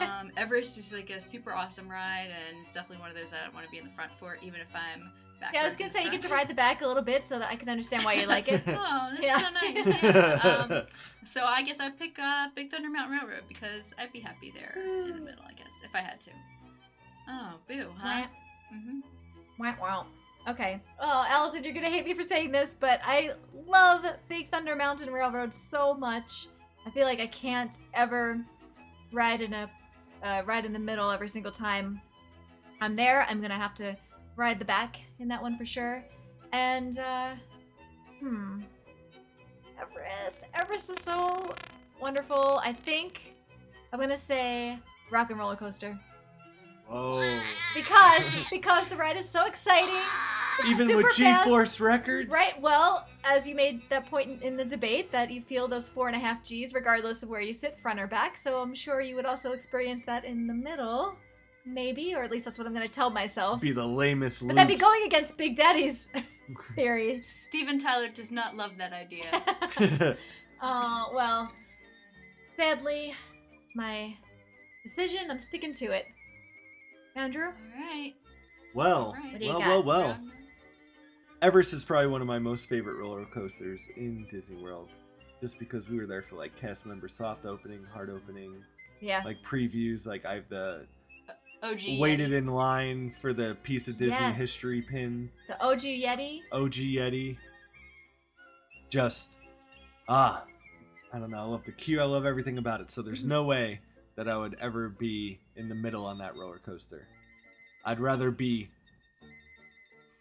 Speaker 4: um, Everest is like a super awesome ride, and it's definitely one of those I don't want to be in the front for, even if I'm back.
Speaker 5: yeah, I was gonna say you get to ride the back a little bit so that I can understand why you like it.
Speaker 4: Oh, that's
Speaker 5: Yeah.
Speaker 4: so nice. yeah. Um, so I guess I'd pick uh, Big Thunder Mountain Railroad because I'd be happy there in the middle, I guess, if I had to. Oh, boo, huh?
Speaker 5: Wah,
Speaker 4: hmm
Speaker 5: wah, wah. Okay. Oh, Allison, you're gonna hate me for saying this, but I love Big Thunder Mountain Railroad so much. I feel like I can't ever ride in a uh, ride in the middle every single time I'm there. I'm gonna have to ride the back in that one for sure. And uh, hmm, Everest. Everest is so wonderful. I think I'm gonna say Rock and Roller Coaster
Speaker 6: Oh.
Speaker 5: because because the ride is so exciting. It's
Speaker 6: Even
Speaker 5: super
Speaker 6: with G
Speaker 5: fast.
Speaker 6: Force records?
Speaker 5: Right. Well, as you made that point in- in the debate, that you feel those four and a half G's regardless of where you sit, front or back. So I'm sure you would also experience that in the middle, maybe, or at least that's what I'm going to tell myself.
Speaker 6: Be the lamest
Speaker 5: But that'd be
Speaker 6: loops.
Speaker 5: going against Big Daddy's theory.
Speaker 4: Steven Tyler does not love that idea.
Speaker 5: Oh well, sadly, my decision. I'm sticking to it. Andrew.
Speaker 4: All right.
Speaker 6: well,
Speaker 4: What
Speaker 5: do you
Speaker 6: well,
Speaker 5: got?
Speaker 6: well, Oh, well. Everest is probably one of my most favorite roller coasters in Disney World. Just because we were there for like cast member soft opening, hard opening,
Speaker 5: Yeah.
Speaker 6: like previews. Like I've the
Speaker 4: OG.
Speaker 6: waited in line for the piece of Disney
Speaker 5: Yes.
Speaker 6: history pin.
Speaker 5: The OG Yeti.
Speaker 6: OG Yeti. Just ah, I don't know. I love the queue. I love everything about it. So there's no way that I would ever be in the middle on that roller coaster. I'd rather be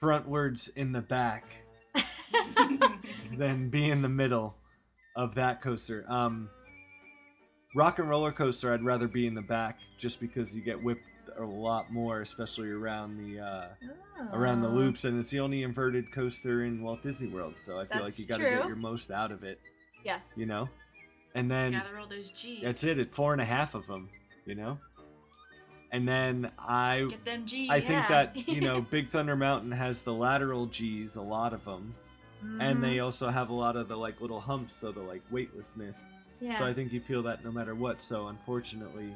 Speaker 6: frontwards in the back than be in the middle of that coaster. Um, rock and roller coaster, I'd rather be in the back just because you get whipped a lot more, especially around the uh, around the
Speaker 5: Oh.
Speaker 6: loops, and it's the only inverted coaster in Walt Disney World. So I feel like
Speaker 5: That's
Speaker 6: you got to get
Speaker 5: true.
Speaker 6: your most out of it,
Speaker 5: Yes.
Speaker 6: you know. And then
Speaker 4: Gather all those G's.
Speaker 6: that's it. At four and a half of them, you know. And then I
Speaker 4: Get them G's.
Speaker 6: I think
Speaker 5: yeah.
Speaker 6: that you know Big Thunder Mountain has the lateral G's, a lot of them, and
Speaker 5: Mm, Mm-hmm.
Speaker 6: they also have a lot of the like little humps, so the like weightlessness.
Speaker 5: Yeah.
Speaker 6: So I think you feel that no matter what. So unfortunately,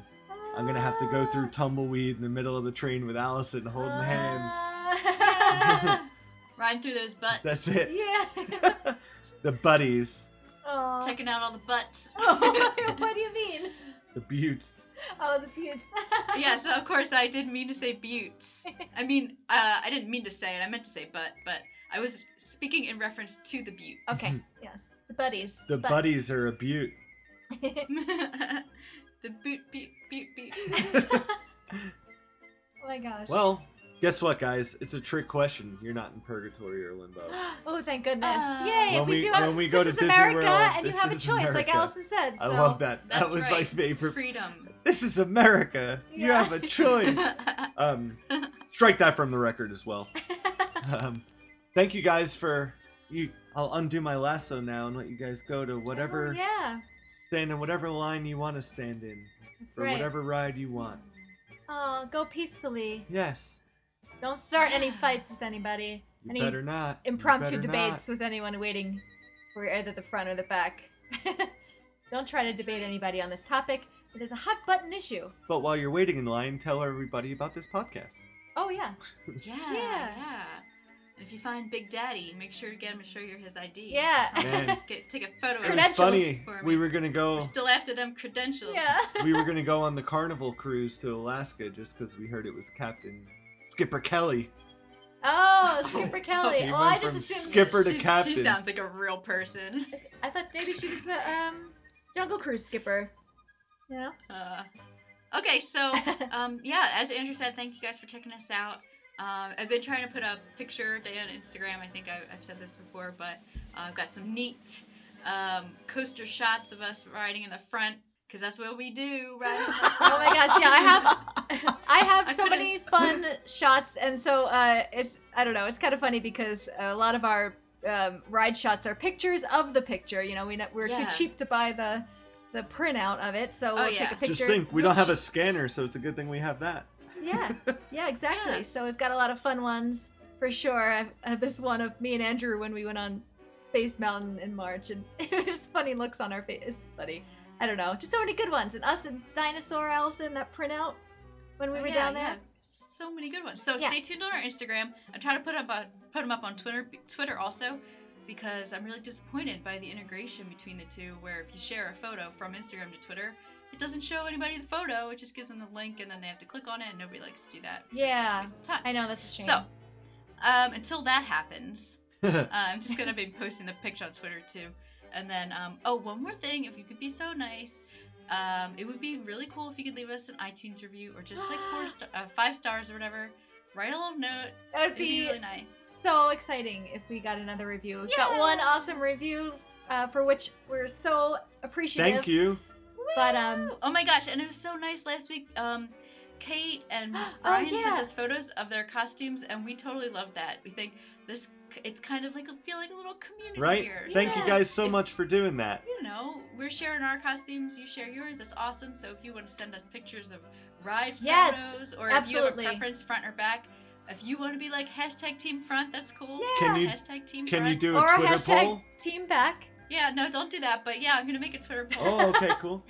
Speaker 6: I'm gonna have to go through tumbleweed in the middle of the train with Allison
Speaker 5: Ah.
Speaker 6: holding hands.
Speaker 5: hands.
Speaker 4: Ride through those
Speaker 5: Uh,
Speaker 4: butts.
Speaker 6: That's it.
Speaker 5: yeah.
Speaker 6: the buddies,
Speaker 5: Oh.
Speaker 4: Checking out all the butts.
Speaker 5: Oh, what do you mean?
Speaker 6: the buttes.
Speaker 5: Oh, the pubes.
Speaker 4: yeah, so of course I did mean to say buttes. I mean, uh, I didn't mean to say it. I meant to say butt, but I was speaking in reference to the butte.
Speaker 5: Okay. Yeah. The buddies.
Speaker 6: The
Speaker 5: But-
Speaker 6: buddies are a butte.
Speaker 4: the boot, boot, boot, boot.
Speaker 5: Oh my gosh.
Speaker 6: Well, guess what, guys? It's a trick question. You're not in purgatory or limbo.
Speaker 5: oh, thank goodness.
Speaker 4: Uh,
Speaker 5: Yay,
Speaker 6: When
Speaker 5: if we,
Speaker 6: we-
Speaker 5: do have
Speaker 6: when we go
Speaker 5: this
Speaker 6: to
Speaker 5: is
Speaker 6: Disney
Speaker 5: America
Speaker 6: World,
Speaker 5: and you
Speaker 6: this
Speaker 5: have a
Speaker 6: is
Speaker 5: choice, like
Speaker 6: America.
Speaker 5: Allison said.
Speaker 6: I
Speaker 5: so-
Speaker 6: love that. That
Speaker 4: That's
Speaker 6: was my
Speaker 4: right.
Speaker 6: favorite.
Speaker 4: Freedom.
Speaker 6: This is America. You
Speaker 5: Yeah.
Speaker 6: have a choice. um, strike that from the record as well. Um, thank you guys for you. I'll undo my lasso now and let you guys go to whatever
Speaker 5: Oh, yeah.
Speaker 6: stand in whatever line you want to stand in for
Speaker 5: right.
Speaker 6: whatever ride you want.
Speaker 5: Oh, go peacefully.
Speaker 6: Yes,
Speaker 5: Don't start any fights with anybody.
Speaker 6: you
Speaker 5: Any
Speaker 6: better not. You
Speaker 5: impromptu
Speaker 6: better
Speaker 5: debates with anyone waiting for either the front or the back. Don't try to debate anybody on this topic. It is a hot button issue.
Speaker 6: not. But while you're waiting in line, tell everybody about this podcast.
Speaker 5: Oh yeah.
Speaker 4: Yeah,
Speaker 5: Yeah.
Speaker 4: yeah. And if you find Big Daddy, make sure to get him to show you his ID.
Speaker 5: Yeah.
Speaker 4: Tell him
Speaker 6: Man.
Speaker 4: to Get, take a photo
Speaker 6: It
Speaker 4: of
Speaker 6: was
Speaker 5: Credentials
Speaker 4: it.
Speaker 6: funny.
Speaker 4: for
Speaker 6: We
Speaker 4: me.
Speaker 6: were gonna
Speaker 4: We're
Speaker 6: go.
Speaker 4: still after them credentials.
Speaker 5: Yeah.
Speaker 6: we were gonna go on the carnival cruise to Alaska just because we heard it was Captain Skipper Kelly.
Speaker 5: Oh, Skipper Kelly.
Speaker 6: He
Speaker 5: Well, I
Speaker 6: went
Speaker 5: just
Speaker 6: from
Speaker 5: assumed.
Speaker 6: skipper to
Speaker 4: She's-
Speaker 6: captain.
Speaker 4: She sounds like a real person.
Speaker 5: I thought maybe she was a um, Jungle Cruise skipper. Yeah.
Speaker 4: Uh, okay, so um, yeah, as Andrew said, thank you guys for checking us out. Um, I've been trying to put a picture day on Instagram. I think I, I've said this before, but uh, I've got some neat um, coaster shots of us riding in the front because that's what we do. Riding in the front.
Speaker 5: Oh my gosh, yeah, I have I
Speaker 4: I
Speaker 5: have so
Speaker 4: couldn't-
Speaker 5: many fun shots and so uh it's I don't know, it's kind of funny because a lot of our um, ride shots are pictures of the picture, you know, we not, we're
Speaker 4: Yeah.
Speaker 5: too cheap to buy the the printout of it, so
Speaker 4: Oh,
Speaker 5: we'll
Speaker 4: yeah.
Speaker 5: take a picture.
Speaker 6: Just think, we don't have a scanner, so it's a good thing we have that.
Speaker 5: Yeah. Yeah, exactly.
Speaker 4: Yeah.
Speaker 5: So we've got a lot of fun ones for sure. I've, I have this one of me and Andrew when we went on Space Mountain in March and it was funny looks on our face. It's funny. I don't know. Just so many good ones. And us and Dinosaur Allison, that printout when we
Speaker 4: Oh,
Speaker 5: were
Speaker 4: yeah,
Speaker 5: down there.
Speaker 4: yeah. So many good ones. So
Speaker 5: Yeah.
Speaker 4: stay tuned on our Instagram. I'm trying to put up on, put them up on Twitter Twitter also because I'm really disappointed by the integration between the two. Where if you share a photo from Instagram to Twitter, it doesn't show anybody the photo. It just gives them the link and then they have to click on it. and Nobody likes to do that. because it's such a
Speaker 5: Yeah.
Speaker 4: waste of time.
Speaker 5: I know that's a shame.
Speaker 4: So um, until that happens,
Speaker 6: That's
Speaker 4: uh, I'm just gonna be posting the picture on Twitter too. And then, um, oh, one more thing, if you could be so nice, um, it would be really cool if you could leave us an iTunes review or just like four st- uh, five stars or whatever. Write a little note.
Speaker 5: that would
Speaker 4: It'd be,
Speaker 5: be
Speaker 4: really nice.
Speaker 5: so exciting if we got another review. We've got one awesome review uh, for which we're so appreciative.
Speaker 6: Thank you.
Speaker 5: But um,
Speaker 4: Woo! oh my gosh, and it was so nice last week. Um, Kate and
Speaker 5: Oh,
Speaker 4: Ryan
Speaker 5: yeah.
Speaker 4: sent us photos of their costumes, and we totally loved that. We think this it's kind of like a- feel like a little community
Speaker 6: Right?
Speaker 4: here.
Speaker 6: Thank you
Speaker 5: Yeah.
Speaker 6: guys so
Speaker 4: If-
Speaker 6: much for doing that.
Speaker 4: you know, we're sharing our costumes, you share yours, that's awesome. So if you want to send us pictures of ride
Speaker 5: Yes,
Speaker 4: photos or if
Speaker 5: absolutely.
Speaker 4: you have a preference front or back, if you want to be like hashtag team front, that's cool.
Speaker 5: Yeah.
Speaker 6: Can you
Speaker 4: Hashtag team
Speaker 6: can you
Speaker 4: front.
Speaker 6: do
Speaker 5: or
Speaker 6: a
Speaker 5: a
Speaker 6: Twitter
Speaker 5: hashtag
Speaker 6: poll?
Speaker 5: team back.
Speaker 4: Yeah, no, don't do that, but yeah, I'm gonna make a Twitter poll.
Speaker 6: Oh, okay, cool.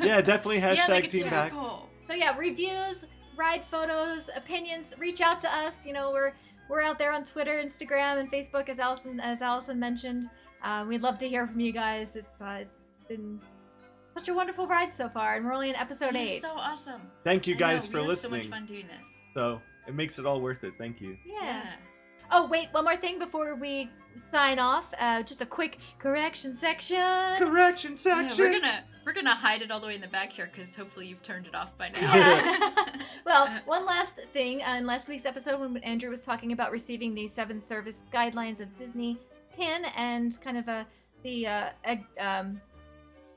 Speaker 6: Yeah, definitely hashtag
Speaker 4: yeah, make a
Speaker 6: team
Speaker 4: Twitter
Speaker 6: back.
Speaker 4: poll.
Speaker 5: So yeah, reviews, ride photos, opinions. Reach out to us. You know, we're we're out there on Twitter, Instagram, and Facebook, as Allison as Allison mentioned. Um, we'd love to hear from you guys. It's, uh, it's been such a wonderful ride so far, and we're only in episode
Speaker 4: This
Speaker 5: eight.
Speaker 4: is so awesome.
Speaker 6: Thank you
Speaker 4: I
Speaker 6: guys
Speaker 4: know, we
Speaker 6: for
Speaker 4: have
Speaker 6: listening.
Speaker 4: So much fun doing this.
Speaker 6: So it makes it all worth it. Thank you.
Speaker 5: yeah. Oh, wait, one more thing before we sign off. Uh, just a quick correction section.
Speaker 6: Correction
Speaker 4: Yeah,
Speaker 6: section.
Speaker 4: we're gonna we're gonna hide it all the way in the back here because hopefully you've turned it off by now.
Speaker 5: Yeah.
Speaker 6: Uh,
Speaker 5: well, one last thing. Uh, in last week's episode, when Andrew was talking about receiving the seven service guidelines of Disney pin and kind of a the uh, ag- um,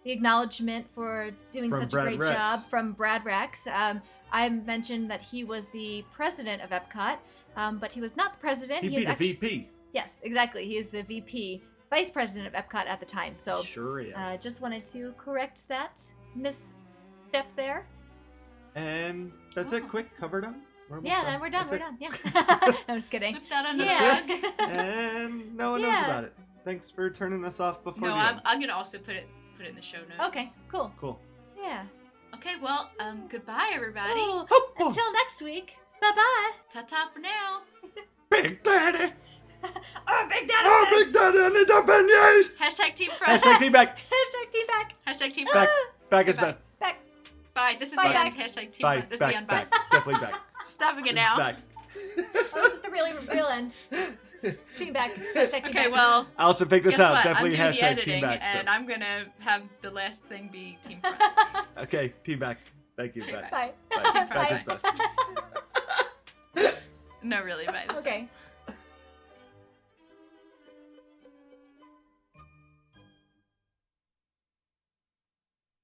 Speaker 5: the acknowledgement for doing
Speaker 6: From
Speaker 5: such
Speaker 6: Brad
Speaker 5: a great
Speaker 6: Rex.
Speaker 5: job from Brad Rex. Um, I mentioned that he was the president of Epcot, um, but he was not the president.
Speaker 6: he
Speaker 5: is
Speaker 6: beat a
Speaker 5: actu-
Speaker 6: VP.
Speaker 5: Yes, exactly. He is the VP, vice president of Epcot at the time. So
Speaker 6: Sure is.
Speaker 5: uh, just wanted to correct that misstep there.
Speaker 6: And that's
Speaker 4: Oh,
Speaker 6: it. Quick, covered up. We're almost
Speaker 5: Yeah, then we're done.
Speaker 6: That's
Speaker 5: we're
Speaker 6: it.
Speaker 5: done. Yeah. I'm just kidding.
Speaker 4: Slip that under
Speaker 5: Yeah.
Speaker 4: the rug.
Speaker 6: And no one knows
Speaker 5: Yeah.
Speaker 6: about it. Thanks for turning us off before
Speaker 4: No,
Speaker 6: the
Speaker 4: I'm,
Speaker 6: end.
Speaker 4: I'm gonna also put it put it in the show notes.
Speaker 5: okay, cool.
Speaker 6: Cool.
Speaker 5: Yeah.
Speaker 4: Okay, well, um, goodbye, everybody.
Speaker 5: Cool.
Speaker 6: Oh, oh,
Speaker 5: Until next week. Bye bye.
Speaker 4: Ta ta for now.
Speaker 6: Big Daddy.
Speaker 5: Oh, Big Daddy.
Speaker 6: Oh, Big Daddy, I need a beignet.
Speaker 4: Hashtag Team Front.
Speaker 6: Hashtag team back.
Speaker 5: Hashtag tea back.
Speaker 4: Hashtag Team
Speaker 6: Back.
Speaker 4: Front.
Speaker 6: Back is
Speaker 4: Goodbye.
Speaker 6: best.
Speaker 5: Back.
Speaker 4: Bye. This is
Speaker 5: Bye,
Speaker 4: the end.
Speaker 5: back.
Speaker 4: Hashtag Team
Speaker 6: Bye.
Speaker 4: Front. This is the
Speaker 6: Back.
Speaker 4: end. Bye.
Speaker 6: Back. Definitely back.
Speaker 4: Stopping it
Speaker 6: It's
Speaker 4: now.
Speaker 6: Back.
Speaker 5: Oh, this is the really real end. Tea back. Hashtag tea
Speaker 4: Okay,
Speaker 5: back.
Speaker 4: well,
Speaker 6: Allison, pick this
Speaker 4: guess
Speaker 6: out.
Speaker 4: what? I'm
Speaker 6: Definitely
Speaker 4: doing the
Speaker 6: hashtag team
Speaker 4: editing,
Speaker 6: back.
Speaker 4: and
Speaker 6: so-
Speaker 4: I'm gonna have the last thing be Team Front.
Speaker 6: Okay, team back. Thank you.
Speaker 4: Okay,
Speaker 6: Back.
Speaker 5: Bye.
Speaker 6: Bye.
Speaker 5: Bye.
Speaker 6: Back is best.
Speaker 9: No, really, by this time.
Speaker 4: Okay.